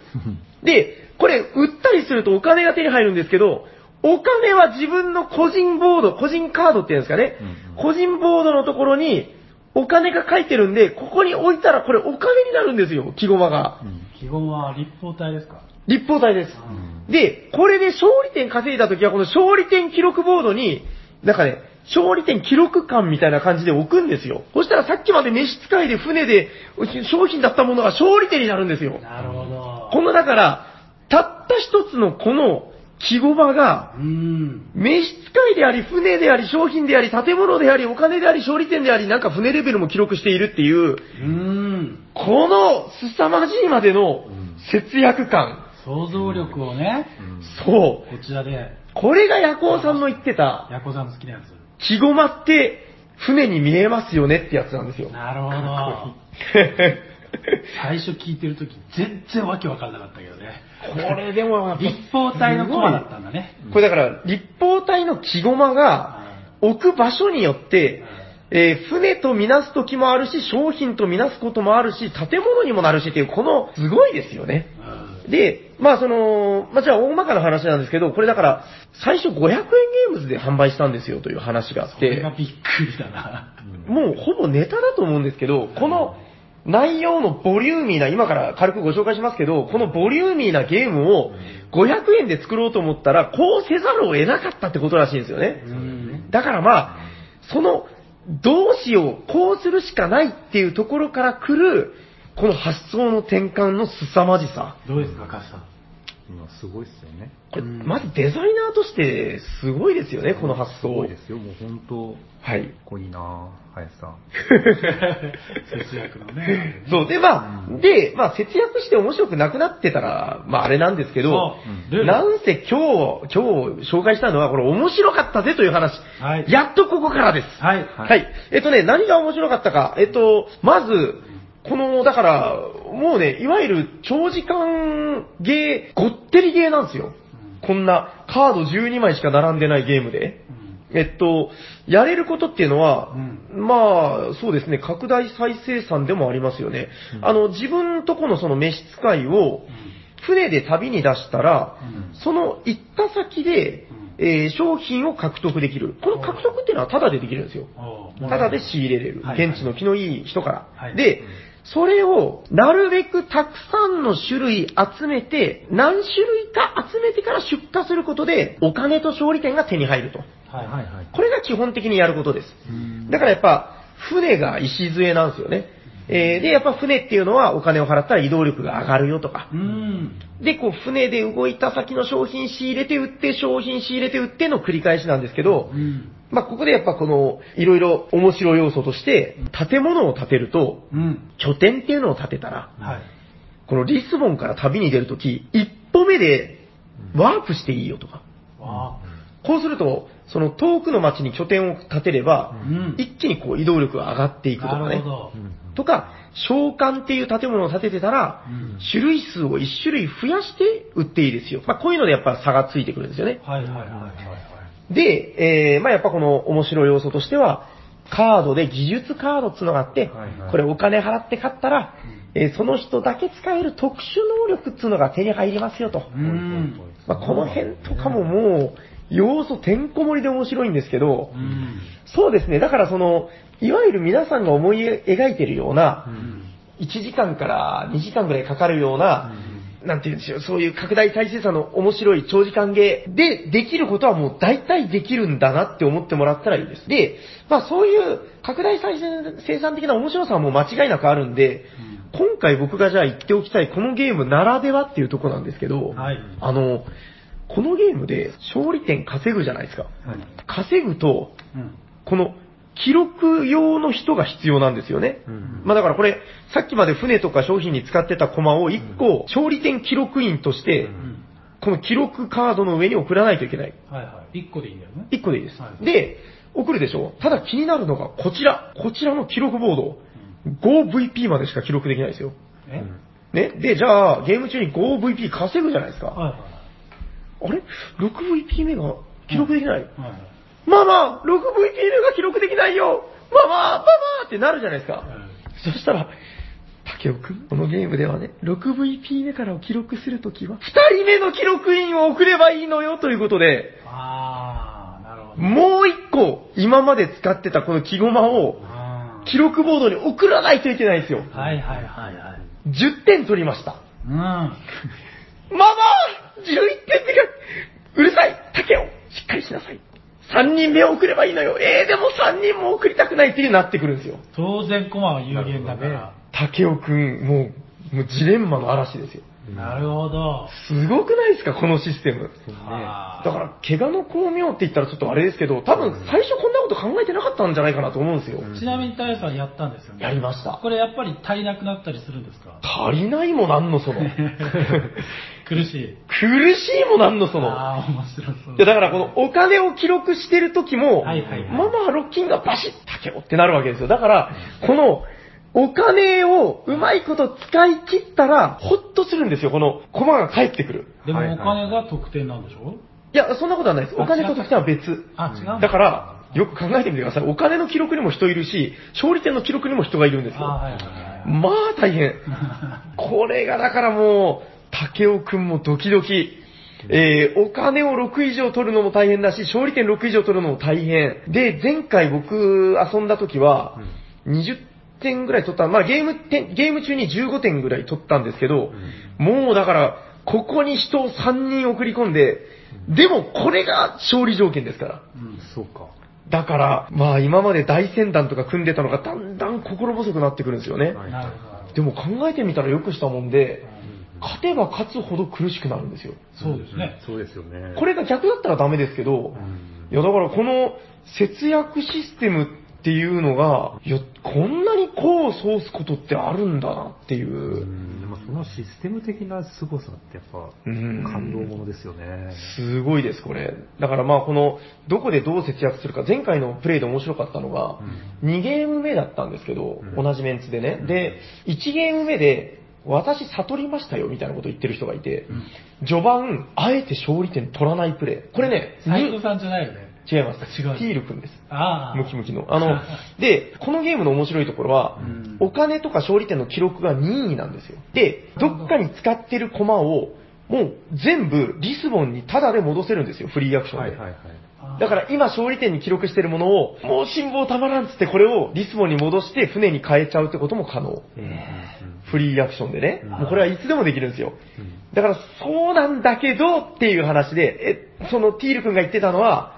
で、これ売ったりするとお金が手に入るんですけど、お金は自分の個人ボード、個人カードって言うんですかね。個人ボードのところにお金が書いてるんで、ここに置いたらこれお金になるんですよ、木駒が。基本は立方体ですか立方体です。で、これで勝利点稼いだときは、この勝利点記録ボードに、なんかね、勝利点記録館みたいな感じで置くんですよ。そしたらさっきまで召使いで船で商品だったものが勝利点になるんですよ。なるほど。このだから、たった一つのこの木駒が、うん。召使いであり、船であり、商品であり、建物であり、お金であり、勝利点であり、なんか船レベルも記録しているっていう、うん。この凄まじいまでの節約感。想像力をね、そう。こちらで、これがヤコウさんの言ってた、ヤコさんの好きなやつ。木駒って船に見えますよねってやつなんですよ。なるほど。 最初聞いてるとき、全然わけわかんなかったけどね。これでもやっぱ立方体のコマだったんだね。これだから立方体の木駒が置く場所によって、えー船とみなす時もあるし、商品とみなすこともあるし、建物にもなるしっていう、この、すごいですよね。うんで、まあその、まあじゃあ大まかな話なんですけど、これだから、最初500円ゲームズで販売したんですよという話があっこて。れがびっくりだな。もうほぼネタだと思うんですけど、この内容のボリューミーな、今から軽くご紹介しますけど、このボリューミーなゲームを500円で作ろうと思ったら、こうせざるを得なかったってことらしいんですよね。だからまあ、そのどうしよう、こうするしかないっていうところから来る、この発想の転換の凄まじさ。どうですか、カスさん。今すごいっすよね。これまずデザイナーとしてすごいですよね、この発すご想い。ですよ、もう本当、はい。かっこいいなぁ、林さん。節約のね。そう、で、まあ、うんで、まあ、節約して面白くなくなってたら、まあ、あれなんですけど、そうでなんせ今日、今日紹介したのは、これ面白かったぜという話。はいやっとここからです。はい。はい、えっとね、何が面白かったか。えっと、まず、この、だから、もうね、いわゆる長時間ゲー、ごってりゲーなんですよ。こんな、カード12枚しか並んでないゲームで。うんえっと、やれることっていうのは、うまあ、そうですね、拡大再生産でもありますよね。あの、自分とこのその召使いを、船で旅に出したら、うんその行った先で、えー商品を獲得できる。この獲得っていうのはタダでできるんですよ。おうタダで仕入れれるは。い現地の気のいい人から。はいで、それをなるべくたくさんの種類集めて、何種類か集めてから出荷することで、お金と勝利点が手に入ると。はいはいはい。これが基本的にやることです。だからやっぱ、船が礎なんですよね。えーで、やっぱ船っていうのはお金を払ったら移動力が上がるよとかう。ん。で、こう船で動いた先の商品仕入れて売って、商品仕入れて売っての繰り返しなんですけど、うん。まあ、ここでやっぱこの、いろいろ面白い要素として、建物を建てると、うん。拠点っていうのを建てたら、はい。このリスボンから旅に出るとき、一歩目でワープしていいよとか。わあ。こうすると、その遠くの町に拠点を建てればう、ん。一気にこう移動力が上がっていくとかなるねほ。ど。とか、召喚っていう建物を建ててたら、うん種類数を1種類増やして売っていいですよ。まあ、こういうのでやっぱ差がついてくるんですよね。はいはいはいはい。で、えーまあ、やっぱこの面白い要素としては、カードで技術カードつながって、はいはいこれお金払って買ったら、えーその人だけ使える特殊能力っつうのが手に入りますよと。うん。まあ、この辺とかももう、要素てんこ盛りで面白いんですけど、うん。そうですね。だからその、いわゆる皆さんが思い描いてるような、1時間から2時間ぐらいかかるような、なんて言うんでしょう、そういう拡大再生産の面白い長時間ゲーでできることはもう大体できるんだなって思ってもらったらいいです。で、まあそういう拡大再生産的な面白さはもう間違いなくあるんで、今回僕がじゃあ言っておきたいこのゲームならではっていうとこなんですけど、はいあの、このゲームで勝利点稼ぐじゃないですか。稼ぐと、うん。この記録用の人が必要なんですよね。まあだからこれ、さっきまで船とか商品に使ってた駒を1個、勝利点記録員として、この記録カードの上に送らないといけない。はいはい。一個でいいんだよね。 1個でいいです。はいで、送るでしょただ気になるのがこちら。こちらの記録ボード。5VP までしか記録できないですよ。えね。で、じゃあ、ゲーム中に 5VP 稼ぐじゃないですか。はいはいあれ ?6VP 目が記録できない。はい。はいママ !6VP 目が記録できないよママママってなるじゃないですか。そしたら、竹尾くん、このゲームではね、6VP 目からを記録するときは、2人目の記録員を送ればいいのよということで、ああ、なるほど。もう一個、今まで使ってたこの木駒を、あ記録ボードに送らないといけないんですよ。ーはいはいはいはい。 10点取りました。うん。はママ !11 点目が、うるさい竹尾しっかりしなさい !3 人目を送ればいいのよえー、でも3人も送りたくないっていうなってくるんですよ。当然コマは有限だから。竹尾くん、もう、もうジレンマの嵐ですよ。なるほど。すごくないですか、このシステム。あだーから、怪我の巧妙って言ったらちょっとあれですけど、多分最初こんなこと考えてなかったんじゃないかなと思うんですよ。ちなみに大さんやったんですよね。やりましたこれやっぱり足りなくなったりするんで すか足りないもなんの その。苦苦しい。しいもなんのその。ああ、面白そう。いやだからこのお金を記録してる時も、はいはいはいママはロッキンがバシッ竹けってなるわけですよ。だから、このお金をうまいこと使い切ったら、ほっとするんですよ、この駒が返ってくる。ではいもはおい金が得点なんでしょいや、そんなことはないです。お金と得点は別。あ、違うのだから、よく考えてみてください。お金の記録にも人いるし、勝利点の記録にも人がいるんですあよ。はいはいまあ大変。これがだからもう、竹尾くんもドキドキ。えー、お金を6以上取るのも大変だし、勝利点6以上取るのも大変。で、前回僕遊んだ時は、20点ぐらい取った、まあゲーム点、ゲーム中に15点ぐらい取ったんですけど、もうだから、ここに人を3人送り込んで、でもこれが勝利条件ですから。そうか。だから、まあ今まで大船団とか組んでたのがだんだん心細くなってくるんですよね。 はいなるほど。でも考えてみたらよくしたもんで、勝てば勝つほど苦しくなるんですよ。そうですね。そうですよね。これが逆だったらダメですけど、うんいやだからこの節約システムっていうのが、いや、こんなに功を奏すことってあるんだなっていうう。んでもそのシステム的な凄さってやっぱうん感動ものですよね。すごいです、これ。だからまあこの、どこでどう節約するか、前回のプレイで面白かったのが、2ゲーム目だったんですけど、うん同じメンツでね。で、1ゲーム目で、私悟りましたよみたいなこと言ってる人がいて、序盤、あえて勝利点取らないプレイ。これね、斉藤さんじゃないよね。違います。違うティール君です。ああ。ムキムキの。あ の、で、このゲームの面白いところは、んお金とか勝利点の記録が任意なんですよ。で、どっかに使ってる駒を、もう全部リスボンにタダで戻せるんですよ、フリーアクションはで。いはいはい。だから今勝利点に記録してるものを、もう辛抱たまらんっつってこれをリスボンに戻して船に変えちゃうってことも可能。フリーアクションでね。うんもうこれはいつでもできるんですよ。だからそうなんだけどっていう話で、え、そのティール君が言ってたのは、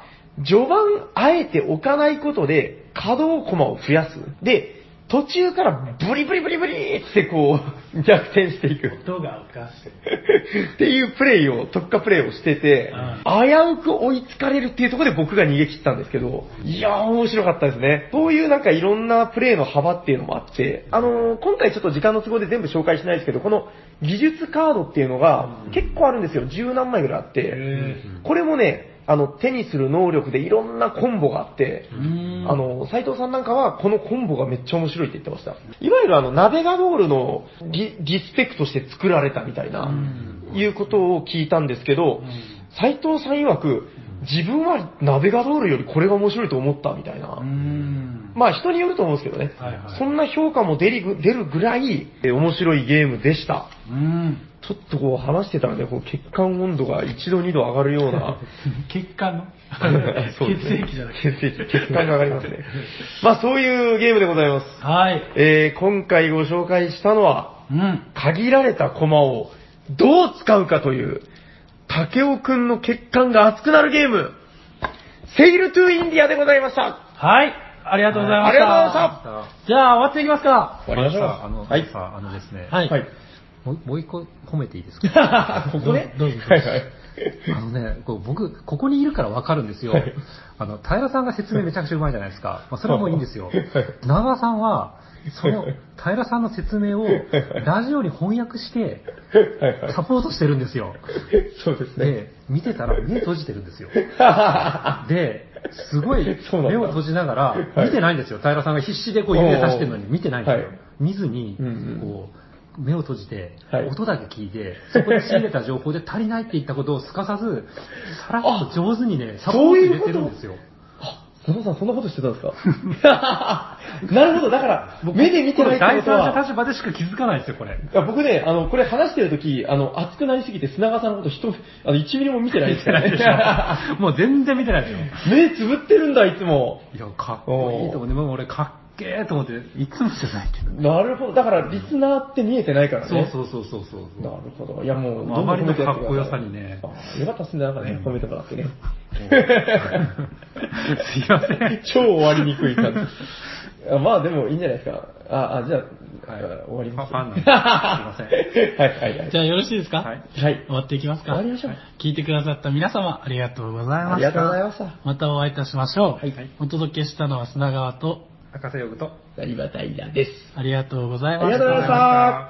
序盤あえて置かないことで稼働駒を増やす。で、途中からブリブリブリブリってこう逆転していく。音がおかしい。っていうプレイを、特化プレイをしてて、危うく追いつかれるっていうところで僕が逃げ切ったんですけど、いやー面白かったですね。そういうなんかいろんなプレイの幅っていうのもあって、あのー今回ちょっと時間の都合で全部紹介しないですけど、この技術カードっていうのが結構あるんですよ。十何枚ぐらいあって。これもね、あの、手にする能力でいろんなコンボがあって、あの、斉藤さんなんかは、このコンボがめっちゃ面白いって言ってました。いわゆるあの、ナベガドールのリリスペクトして作られたみたいな、いうことを聞いたんですけど、斉藤さん曰く、自分はナベガドールよりこれが面白いと思ったみたいな。うん。まあ人によると思うんですけどね。はいはいそんな評価も出る出るぐらい、え面白いゲームでした。 うん。ちょっとこう話してたらね、こう血管温度が1度2度上がるような、血管の そうです血ね液じゃなく血て。液、血管が上がりますね。まあそういうゲームでございます。はい。えー今回ご紹介したのは、うん。限られた駒をどう使うかという、竹尾くんの血管が熱くなるゲーム、セイルトゥインディアでございました。はい。ありがとうございました。ありがとうございましさじゃあ終わっていきますか。終わりましょうさあの、はいさあ、あのですね、はい。はい。もうもう一個褒めていいですか ここね。どうぞどうぞはいはい。あのね、こう僕、ここにいるからわかるんですよ。あの、平さんが説明めちゃくちゃうまいじゃないですか。まあ、それはもういいんですよ。長田さんは、その平さんの説明をラジオに翻訳してサポートしてるんですよ。そうですね。で、見てたら目閉じてるんですよ。 で、すごいそうなんだ目を閉じながはら、い見てないんですよ。平さんが必死でこう指さしてるのにおー見てないんですよはい。見ずにうんうん、こう、目を閉じてはい、音だけ聞いて、そこで仕入れた情報で足りないって言ったことをすかさず、さらっと上手にね、サポート入れてるんですよ。あ、佐野さんそんなことしてたんですか なるほど、だから、目で見てこないれって第こと三者は、立場でしか気づかないですよ、これ。いや僕ね、あの、これ話してるとき、あの、熱くなりすぎて砂川さんのこと一、あの、1ミリも見てないです からね。 もう全然見てないですよ。目つぶってるんだ、いつも。いや、かっこいいと思って、もう俺かっけーと思って、いつもじゃないけど。なるほど。だから、リスナーって見えてないからね。そうそうそうそうそう。なるほど。いや、もう、まああまりのかっこよさにね。ね。あよかったっすね、なんかね、褒めてもらってね。 すいません。超終わりにくい感じ。あまあ、でも、いいんじゃないですか。あ、あじゃあ、はいあ終わります。ファンなんですいませ はい、はい、はいじ。ゃあよろしいですかはいはい。終わっていきますか終わりましょう聞いてくださった皆様ありがとうございましたありがとうございましたまたお会いいたしましょう、はいお届けしたのは砂川と赤瀬ヨグと。ありがたいなです。ありがとうございまありしがとうございたました。